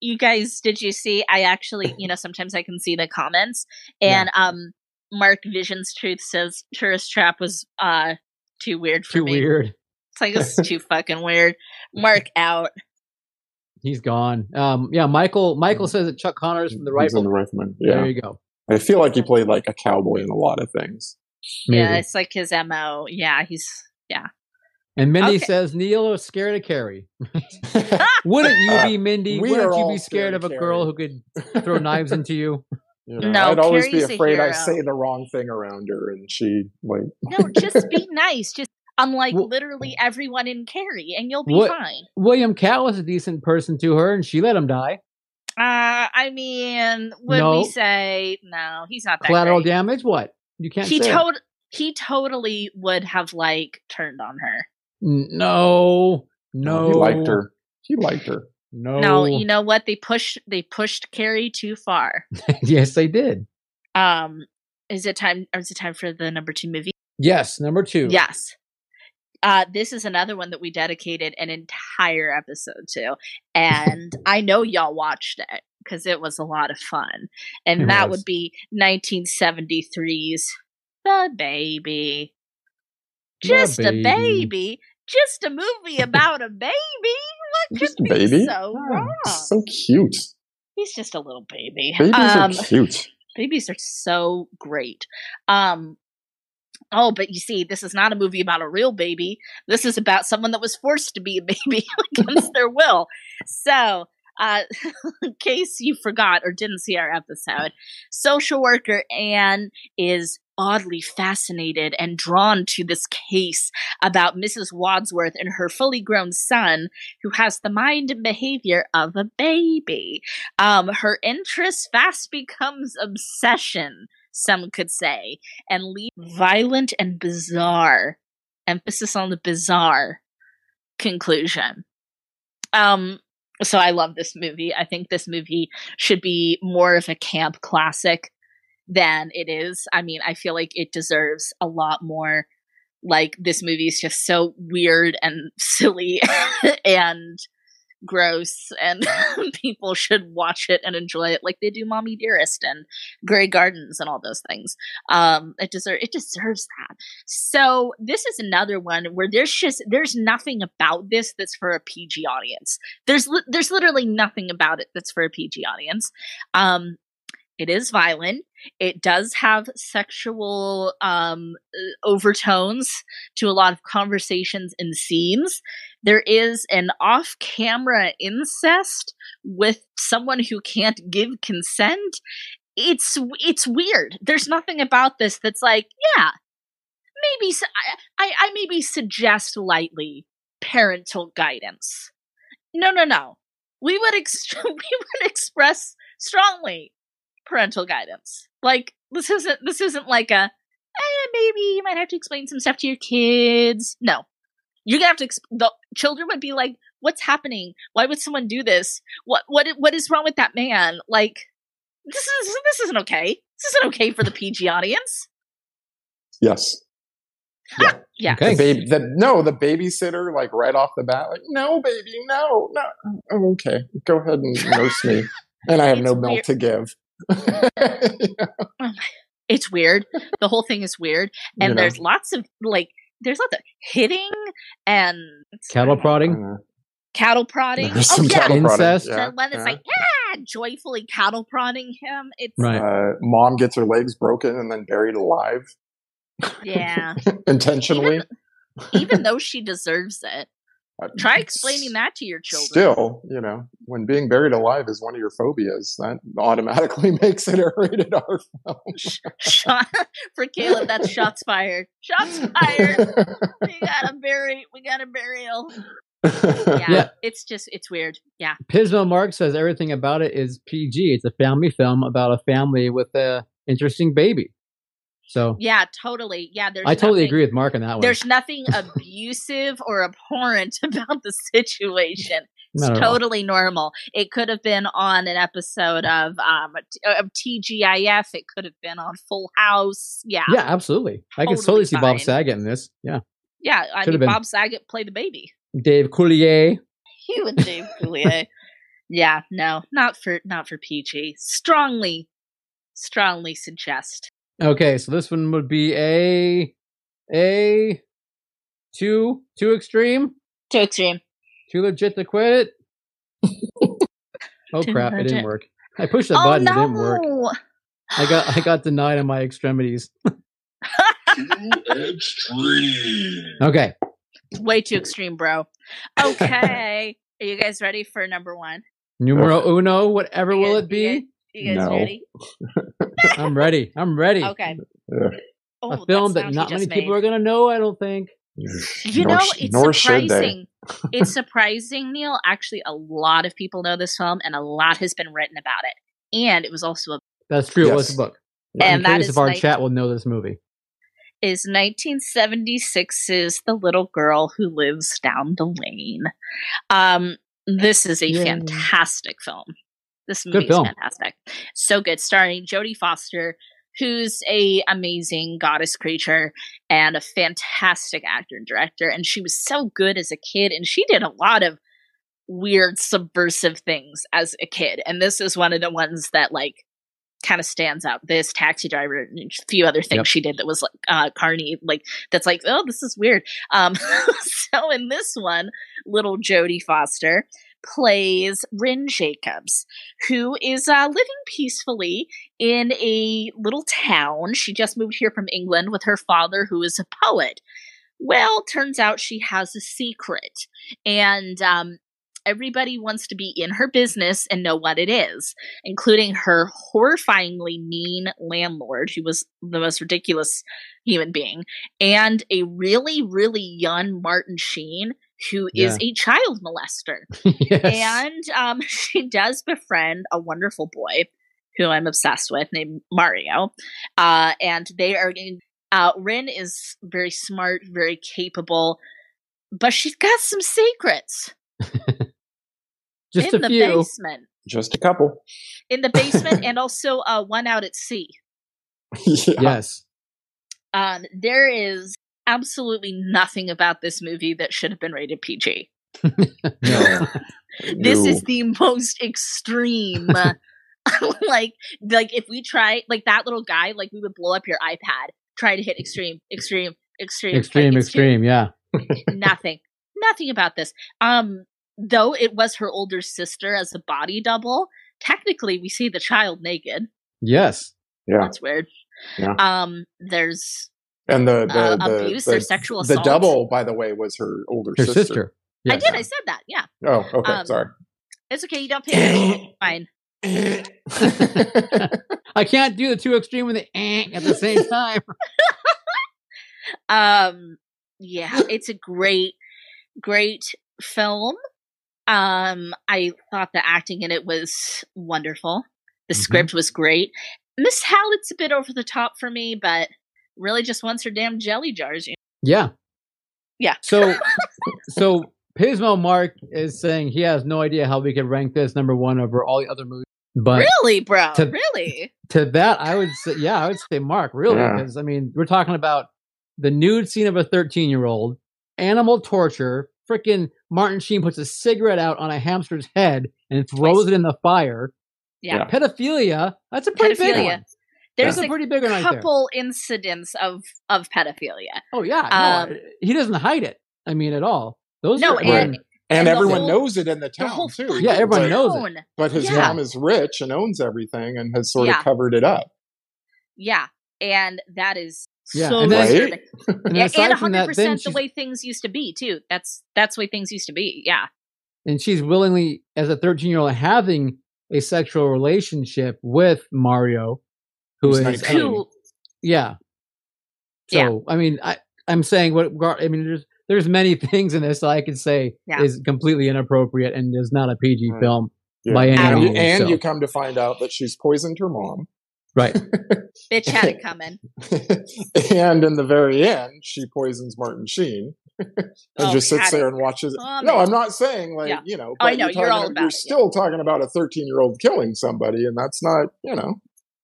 You guys, did you see? I actually, you know, sometimes I can see the comments, and um, Mark Visions Truth says Tourist Trap was uh too weird for
Too
me.
weird.
It's like it's too fucking weird. Mark out.
He's gone. Um, yeah, Michael. Michael says that Chuck Connors from the
He's in
rifle.
the rifleman.
There
Yeah,
you go.
I feel like he played like a cowboy in a lot of things.
Maybe.
Yeah, it's like his mo. Yeah, he's yeah.
And Mindy
Okay.
says Neil is scared of Carrie. Wouldn't you be Mindy?
we
Wouldn't
are
you
all
be scared
scared of
of a girl who could throw knives into you?
You know,
No,
I'd always
Carrie's
be
a
afraid
hero.
I say the wrong thing around her, and she like
No, just be nice. Just unlike
Well-
literally everyone in Carrie, and you'll be
What-
fine.
William Cal was a decent person to her, and she let him die.
Uh, I mean, would
No.
we say no? He's not that
Collateral
great.
damage? What? You can't
He
say.
tot he totally would have like turned on her.
N- no, no.
he liked her. He liked her.
No.
No, you know what? They pushed they pushed Carrie too far.
yes, they did.
Um, is it time? Or is it time for the number two movie?
Yes, number two.
Yes. Uh, this is another one that we dedicated an entire episode to. And I know y'all watched it because it was a lot of fun. And
It
that
was.
would be 1973's The Baby.
The
Just
Baby.
a baby. Just a movie about a baby. What
Just
could
a baby?
be so
Yeah,
wrong?
So cute.
He's just a little baby.
Babies
um,
are cute.
babies are so great. Um Oh, but you see, this is not a movie about a real baby. This is about someone that was forced to be a baby against their will. So, uh, in case you forgot or didn't see our episode, social worker Anne is oddly fascinated and drawn to this case about Mrs. Wadsworth and her fully grown son who has the mind and behavior of a baby. Um, her interest fast becomes obsession, some could say, and leads violent and bizarre. Emphasis on the bizarre conclusion. Um, so I love this movie. I think this movie should be more of a camp classic than it is. I mean, I feel like it deserves a lot more. Like this movie is just so weird and silly and gross and people should watch it and enjoy it like they do mommy dearest and gray gardens and all those things um it deserve it deserves that so this is another one where there's just there's nothing about this that's for a pg audience there's li- there's literally nothing about it that's for a pg audience um it is violent it does have sexual um overtones to a lot of conversations and scenes there is an off camera incest with someone who can't give consent it's it's weird there's nothing about this that's like yeah maybe s- I, I- I maybe suggest lightly parental guidance no no no we would ex- we would express strongly parental guidance like this isn't this isn't like a eh, maybe you might have to explain some stuff to your kids no you're gonna have to. Exp- the children would be like, "What's happening? Why would someone do this? What what i- what is wrong with that man? Like, this is this isn't okay. This isn't okay for the PG audience."
Yes.
Yeah.
Okay.
The baby. The, no, the babysitter like right off the bat, like no, baby, no, no. Oh, okay, go ahead and nurse me, and I have no
It's
milk
weird.
to give.
It's weird. The whole thing is weird, and there's lots of like, there's lots of hitting and
Cattle prodding.
know,
cattle prodding.
there's some
oh yeah,
cattle prodding,
Incest.
yeah,
the one that's
yeah.
like, yeah, joyfully cattle prodding him. It's
Right.
Uh, mom gets her legs broken and then buried alive
yeah.
intentionally.
Even though she deserves it,
Uh,
try explaining that to your children.
Still, you know, when being buried alive is one of your phobias, that automatically makes it a rated R
shot for Caleb. That's shots fired. Shots fired.
film.
We got a bury. We got a burial. Yeah,
Yeah.
it's just it's weird. Yeah,
Pismo Mark says everything about it is PG. It's a family film about a family with a interesting baby. So
yeah, totally. Yeah, there's.
I totally
nothing-
agree with Mark on that one.
There's nothing abusive or abhorrent about the situation. It's
Not at all.
totally normal. It could have been on an episode of um of TGIF. It could have been on Full House. Yeah,
Yeah, absolutely. I can totally
Totally
see Bob
fine.
Saget in this. Yeah.
yeah. I
Could have
mean,
been.
Bob Saget played the baby.
Dave Coulier.
you and Dave Coulier. Yeah, no, not for not for PG. Strongly, strongly suggest.
Okay, so this one would be a a too too extreme,
Too extreme.
too legit to quit. oh
Too
crap! It didn't
legit.
work. I pushed
Oh,
the button. It didn't work. I got I got denied on my extremities.
Too extreme.
Okay,
Way too extreme, bro. Okay. Are you guys ready for number one?
Numero uno, whatever will it
You
be?
guys- You guys
No.
ready?
I'm ready. I'm ready.
Okay.
Yeah.
Oh,
A film that
sound
not
he
many
just
people
made.
are gonna know. I don't think.
You
Nor
know,
sh-
it's
nor should they.
surprising. it's surprising, Neil. Actually, a lot of people know this film, and a lot has been written about it. And it was also a,
That's true. It was
Yes.
a book.
And
I'm
that
curious
is
if our
like-
chat will know this movie.
is 1976's The Little Girl Who Lives Down the Lane. Um, this is a
Yay.
fantastic film. This movie is
film.
fantastic. So good, starring Jodie Foster, who's a amazing goddess creature and a fantastic actor and director. And she was so good as a kid, and she did a lot of weird subversive things as a kid. And this is one of the ones that like kind of stands out. This taxi driver and a few other things
Yep.
she did that was like uh Carney, like that's like, oh, this is weird. Um so in this one, little Jodie Foster plays Ryn Jacobs, who is uh, living peacefully in a little town. She just moved here from England with her father, who is a poet. Well, turns out she has a secret, and um, everybody wants to be in her business and know what it is, including her horrifyingly mean landlord, who was the most ridiculous human being, and a really, really young Martin Sheen, who is a child molester.
yes.
And um, she does befriend a wonderful boy who I'm obsessed with named Mario. Uh, and they are in. Uh, Rin is very smart, very capable, but she's got some secrets
Just
in
a
the
few.
basement.
Just a couple.
In the basement, and also uh, one out at sea.
yeah.
Yes.
Um, there is absolutely nothing about this movie that should have been rated PG.
No.
this
No.
is the most extreme like like if we try like that little guy like we would blow up your ipad try to hit extreme extreme extreme like,
extreme,
it's just
extreme. Yeah.
nothing nothing about this um though it was her older sister as a body double technically we see the child naked
Yes.
yeah.
that's weird
Yeah.
um there's
And the, the,
Uh,
the
abuse
the,
or sexual
The
assault.
double, by the way, was her older
Her
sister.
sister.
i
Yes.
did i said that yeah
Oh, okay.
Um,
sorry.
it's okay you don't pay attention fine
I can't do the two extreme and the eh at the same time.
um yeah it's a great great film um i thought the acting in it was wonderful the
Mhm.
script was great miss hallett's a bit over the top for me but really just wants her damn jelly jars you
Yeah.
Yeah.
So, so Pismo Mark is saying he has no idea how we could rank this number one over all the other movies. But
really bro
to-
really
to that, I would say, yeah, I would say Mark, really,
Yeah.
because I mean, we're talking about the nude scene of a 13 year old, animal torture, freaking Martin Sheen puts a cigarette out on a hamster's head and throws it in the fire.
Yeah.
Pedophilia, that's a pretty big
Pedophilia.
one.
there's
that's a
a
pretty big one right there.
couple incidents of of pedophilia
Oh yeah, no,
Um,
he doesn't hide it. I mean, at all. Those
No,
are,
and-
and
and
the
everyone
whole-
knows it in the
the
town
whole
too.
fucking
Yeah, everyone
but,
knows it.
town.
But his
Yeah.
mom is rich and owns everything and has sort
Yeah.
of covered it up.
yeah and that is
Yeah,
so
and then-
disturbing.
Right?
and
Yeah,
aside
and
from that, then
hundred percent the
she's,
way things used to be too. That's that's the way things used to be. Yeah,
and she's willingly, as a thirteen-year-old, having a sexual relationship with Mario, who
Who's
is
19.
I mean,
Who-
yeah. So
Yeah.
I mean, I I'm saying what gar- I mean. There's there's many things in this that I could say
Yeah. Mm.
is completely inappropriate and is not a PG
Right.
film.
Yeah.
By any
and, you,
means,
and
so.
you come to find out that she's poisoned her mom.
Right.
bitch had it coming.
and in the very end, she poisons Martin Sheen and
Oh,
just sits
had it
there and watches.
coming.
No, I'm not saying like
Yeah. Oh,
you know.
I
but
know, you're
talking
all
ab-
about
you're
it, yeah.
still talking about a 13 year old killing somebody, and that's not you know.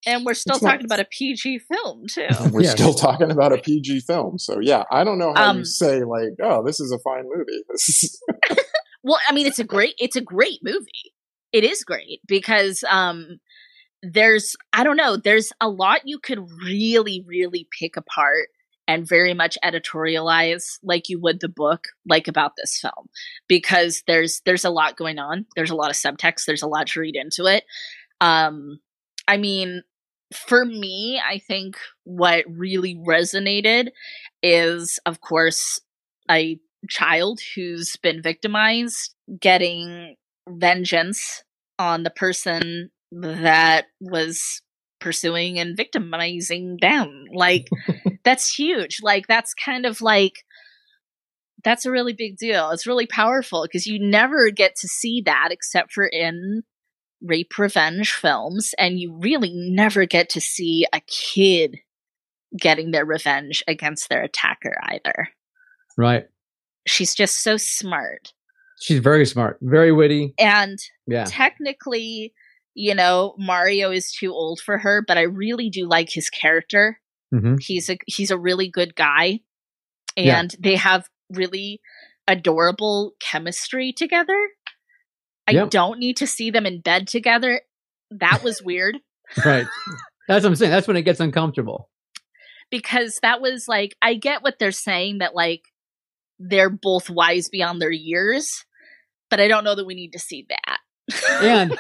and we're still
It's not-
talking about a PG film too.
And we're
Yes.
still talking about a PG film. So yeah, I don't know how
Um,
you say like, oh, this is a fine movie. This is
well, I mean, it's a great it's a great movie. It is great because um there's I don't know there's a lot you could really really pick apart and very much editorialize like you would the book like about this film because there's there's a lot going on there's a lot of subtext there's a lot to read into it um i mean for me i think what really resonated is of course i child who's been victimized getting vengeance on the person that was pursuing and victimizing them. Like, that's huge. Like, that's kind of like, that's a really big deal. It's really powerful because you never get to see that except for in rape revenge films. And you really never get to see a kid getting their revenge against their attacker either.
Right.
She's just so smart.
She's very smart, very witty.
And
Yeah.
technically, you know, Mario is too old for her, but I really do like his character.
hmm
He's a he's a really good guy.
Yeah.
And they have really adorable chemistry together. I
Yep.
don't need to see them in bed together. That was weird.
Right. That's what I'm saying. That's when it gets uncomfortable.
because that was like I get what they're saying that like they're both wise beyond their years, but I don't know that we need to see that.
And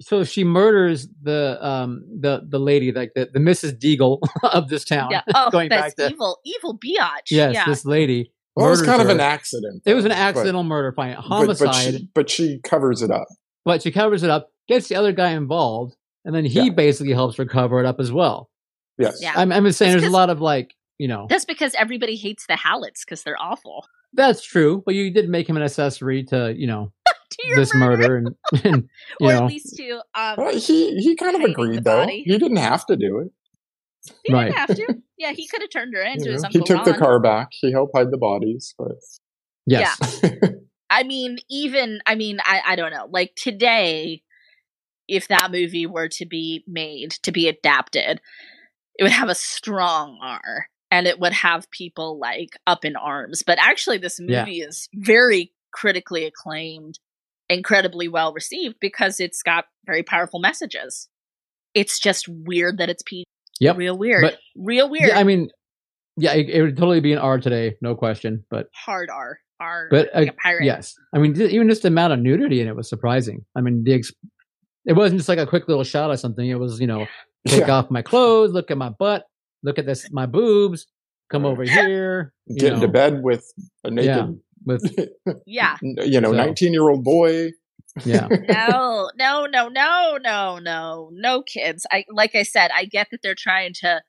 so she murders the um the the lady like the, the Mrs. Deagle of this town.
yeah. Oh,
Going
that's
back to-
evil, evil biatch.
Yes,
yeah.
this lady.
Well, it was
murders
kind of
her.
an accident.
It was an
but-
accidental murder, fine,
but-
homicide.
But, she, but she covers it up.
but she covers it up, gets the other guy involved, and then he
Yeah.
basically helps her cover it up as well.
Yes.
Yeah.
I'm, I'm just saying
It's
there's a
'cause-
lot of like, you know,
That's because everybody hates the Hallets because they're awful.
that's true, but you did make him an accessory to, you know,
To your
this murder, and, and you
or
know,
at least to um
Well, Uh, he, he kind of
Hiding the
agreed, though.
body.
You didn't have to do it.
he didn't
right.
have to. Yeah, he could have turned her into
You
his
know,
uncle
he took the
Ron.
car back. He helped hide the bodies. But
yes,
I mean, even I mean, I, I don't know. Like today, if that movie were to be made to be adapted, it would have a strong R, and it would have people like up in arms. But actually, this
Yeah.
movie is very critically acclaimed, incredibly well received because it's got very powerful messages. It's just weird that it's PG.
Yep.
Real weird.
But-
Real weird.
yeah, I mean, yeah, it, it would totally be an R today, no question. But
Hard R. R.
but uh,
like a pirate.
yes, I mean, ju- even just the amount of nudity in it was surprising. I mean, the ex- it wasn't just like a quick little shot of something. It was you know, take
Yeah.
off my clothes, look at my butt, look at this my boobs, come over here, you
get into
know,
bed with a
Yeah.
naked,
with
Yeah.
you know,
So-
19 year old boy.
yeah,
no, no, no, no, no, no, no, kids. I like I said, I get that they're trying to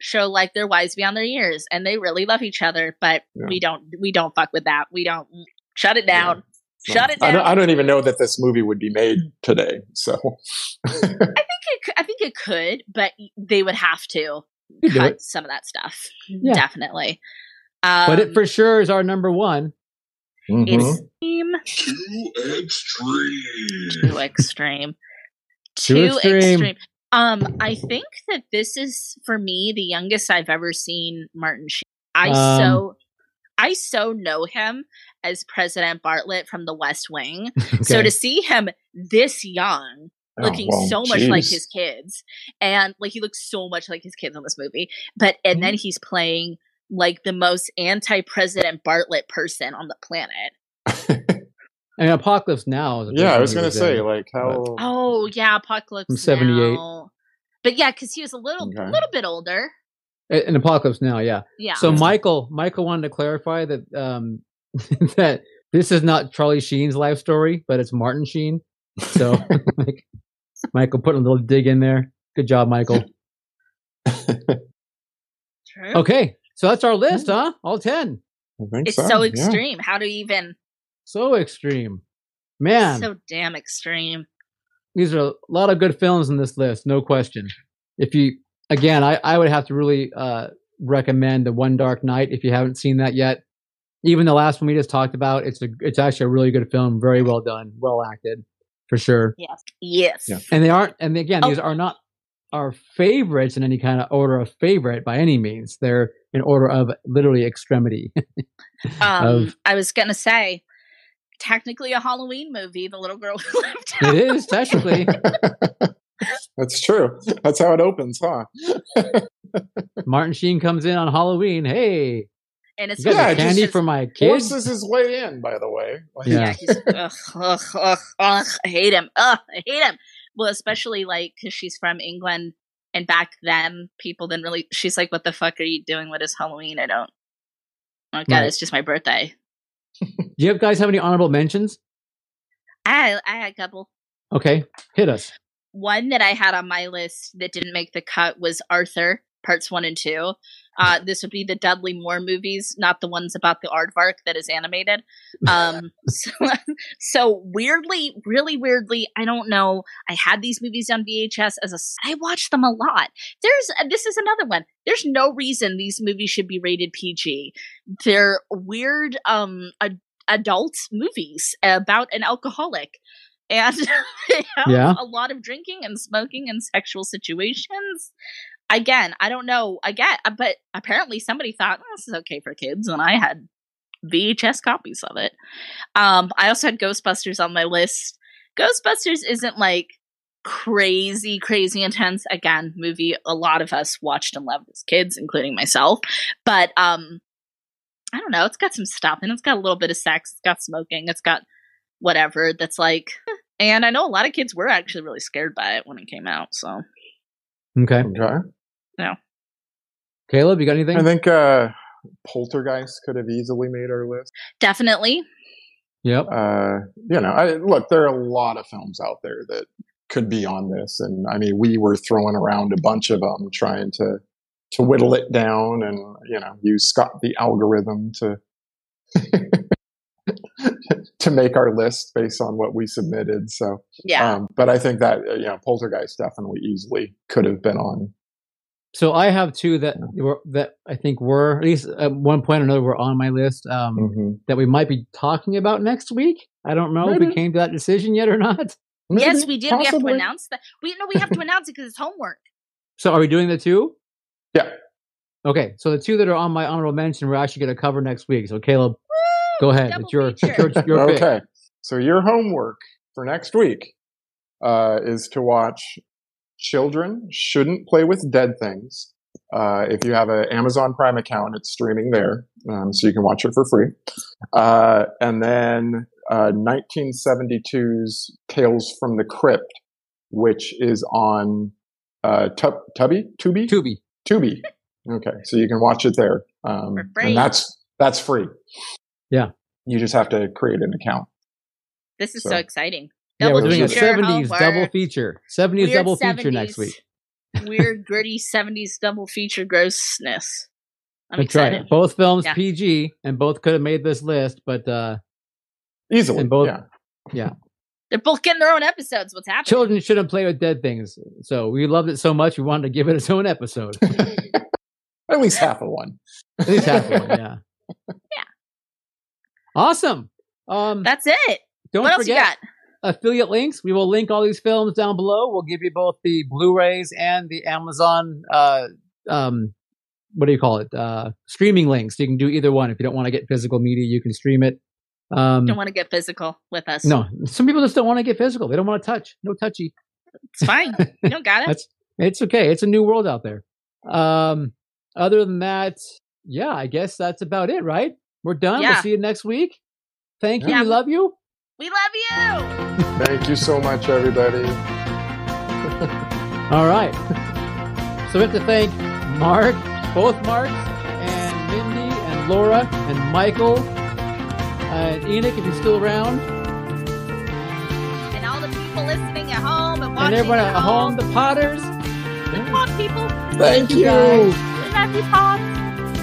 show like they're wise beyond their years and they really love each other, but
Yeah.
we don't we don't fuck with that. We don't mm, shut it down. Shut it
Um, I don't,
down. Hmm.
I don't even know that this movie would be made today. So
I think it cou- I think it could, but they would have to
you do it.
cut some of that stuff.
Yeah.
Definitely. Um,
But it for sure is our number one.
Mhm.
it's extreme
Too extreme.
too extreme.
Too extreme.
Um, I think that this is for me the youngest I've ever seen Martin Sheen. I
Um,
so I so know him as President Bartlett from The West Wing. So
Okay.
to see him this young,
Oh,
looking
well,
so much like
geez.
his kids, and like he looks so much like his kids on this movie, but
Mm-hmm.
and then he's playing like the most anti-President Bartlett person on the planet.
I mean, Apocalypse Now. Is a big
Yeah, I
one
was
he
gonna say
in.
like how.
Oh yeah, Apocalypse
From 78.
Now. But yeah, because he was a little,
Okay.
little bit older.
A- in Apocalypse Now. Yeah.
Yeah.
So Michael, Michael wanted to clarify that um that this is not Charlie Sheen's life story, but it's Martin Sheen. So like, Michael put a little dig in there. Good job, Michael.
True.
Okay, so that's our list, huh? All ten.
I think
It's so
yeah.
extreme. How do you even?
So extreme, man.
So damn extreme.
these are a lot of good films in this list, no question. If you again, I, I would have to really uh, recommend the One Dark Night if you haven't seen that yet. Even the last one we just talked about, it's a it's actually a really good film, very well done, well acted, for sure.
Yes. Yes.
Yeah.
And they aren't, and again,
Oh.
these are not our favorites in any kind of order of favorite by any means. They're in order of literally extremity.
Um,
Of-
I was gonna say, technically a Halloween movie. The little girl who lived.
it is technically
That's true. That's how it opens, huh?
Martin Sheen comes in on Halloween. Hey,
and it's
you got
Yeah,
the candy
just-
for my kids.
Forces his way in, by the way. Like,
Yeah.
Yeah. he's, ugh, ugh, ugh, ugh, I hate him. Ugh, I hate him. Well, especially like because she's from England, and back then people didn't really. She's like, "What the fuck are you doing? What is Halloween? I don't. Oh god,
Right.
it's just my birthday.
Do you guys have any honorable mentions?
I I had a couple.
Okay, hit us.
One that I had on my list that didn't make the cut was Arthur parts one and two. Uh, this would be the Dudley Moore movies, not the ones about the aardvark that is animated. Um, so, so weirdly, really weirdly, I don't know. I had these movies on VHS as a. I watched them a lot. There's uh, this is another one. There's no reason these movies should be rated PG. They're weird um ad- adult movies about an alcoholic. And they have
Yeah.
a lot of drinking and smoking and sexual situations again, I don't know. Again, uh, but apparently somebody thought "Oh, this is okay for kids, and I had VHS copies of it. Um, I also had Ghostbusters on my list. Ghostbusters isn't like crazy, crazy intense. Again, movie a lot of us watched and loved as kids, including myself. But um, I don't know. It's got some stuff, and it's got a little bit of sex. It's got smoking. It's got whatever. That's like. eh. And I know a lot of kids were actually really scared by it when it came out. So
Okay,
Okay.
Caleb, you got anything?
I think uh, Poltergeist could have easily made our list.
definitely
yep.
Uh, you know, I, look, there are a lot of films out there that could be on this, and I mean, we were throwing around a bunch of them trying to to whittle it down, and you know, use Scott the algorithm to to make our list based on what we submitted. So,
Yeah.
um, but I think that uh, you know, Poltergeist definitely easily could have been on.
So I have two that were that I think were at least at one point or another were on my list um,
Mm-hmm.
that we might be talking about next week. I don't know if we
Maybe.
came to that decision yet or not.
yes, we did. We have to announce that. We no, we have to announce it because it's homework.
So are we doing the two?
Yeah.
Okay, so the two that are on my honorable mention we're actually going to cover next week. So Caleb, go ahead. It's
double
your, it's your,
feature.
it's your pick.
okay. So your homework for next week uh, is to watch Children Shouldn't Play with Dead Things. Uh, if you have an Amazon Prime account, it's streaming there, um, so you can watch it for free. Uh, and then uh, 1972's Tales from the Crypt, which is on uh, tub, Tubby? Tubi?
Tubi.
Tubi. Okay, so you can watch it there, um,
For free.
and that's that's free.
Yeah.
you just have to create an account.
This is so,
So-
exciting.
Yeah, we're
Double
doing a
feature
70s
Oh,
double
homework.
feature. 70s
Weird
double feature next
70s
week.
Weird gritty seventies double feature grossness. I'm
That's
excited.
right. Both films
Yeah.
PG and both could have made this list, but uh,
Easily,
And both-
yeah.
They're both getting their own episodes. What's happening?
children shouldn't play with dead things. So we loved it so much we wanted to give it its own episode.
At least half of one.
At least half of one, yeah.
Yeah.
Awesome. Um,
That's it.
don't
what else
forget
you got?
affiliate links. We will link all these films down below. We'll give you both the Blu-rays and the Amazon. Uh, um, what do you call it? Uh, streaming links. You can do either one. If you don't want to get physical media, you can stream it. Um,
Don't want to get physical with us.
no, some people just don't want to get physical. They don't want to touch. No touchy.
it's fine. You don't got it.
That's- It's okay. It's a new world out there. Um, other than that, yeah, I guess that's about it, right? We're done.
Yeah.
We'll see you next week. Thank you.
Yeah.
We love you.
We love you.
Thank you so much, everybody.
All right. So we have to thank Mark, both Marks, and Mindy, and Laura, and Michael, and Enoch, if he's still around,
And all the people listening at home and watching
and everyone at home, the Potters.
Come on, people.
Thank
you. guys.
We love you, Pod.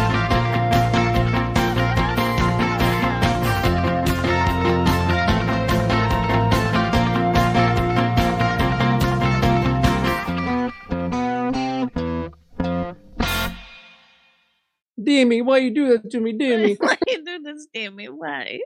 Dear me, why you do that to me, dear me?
Why you do this to me? Why?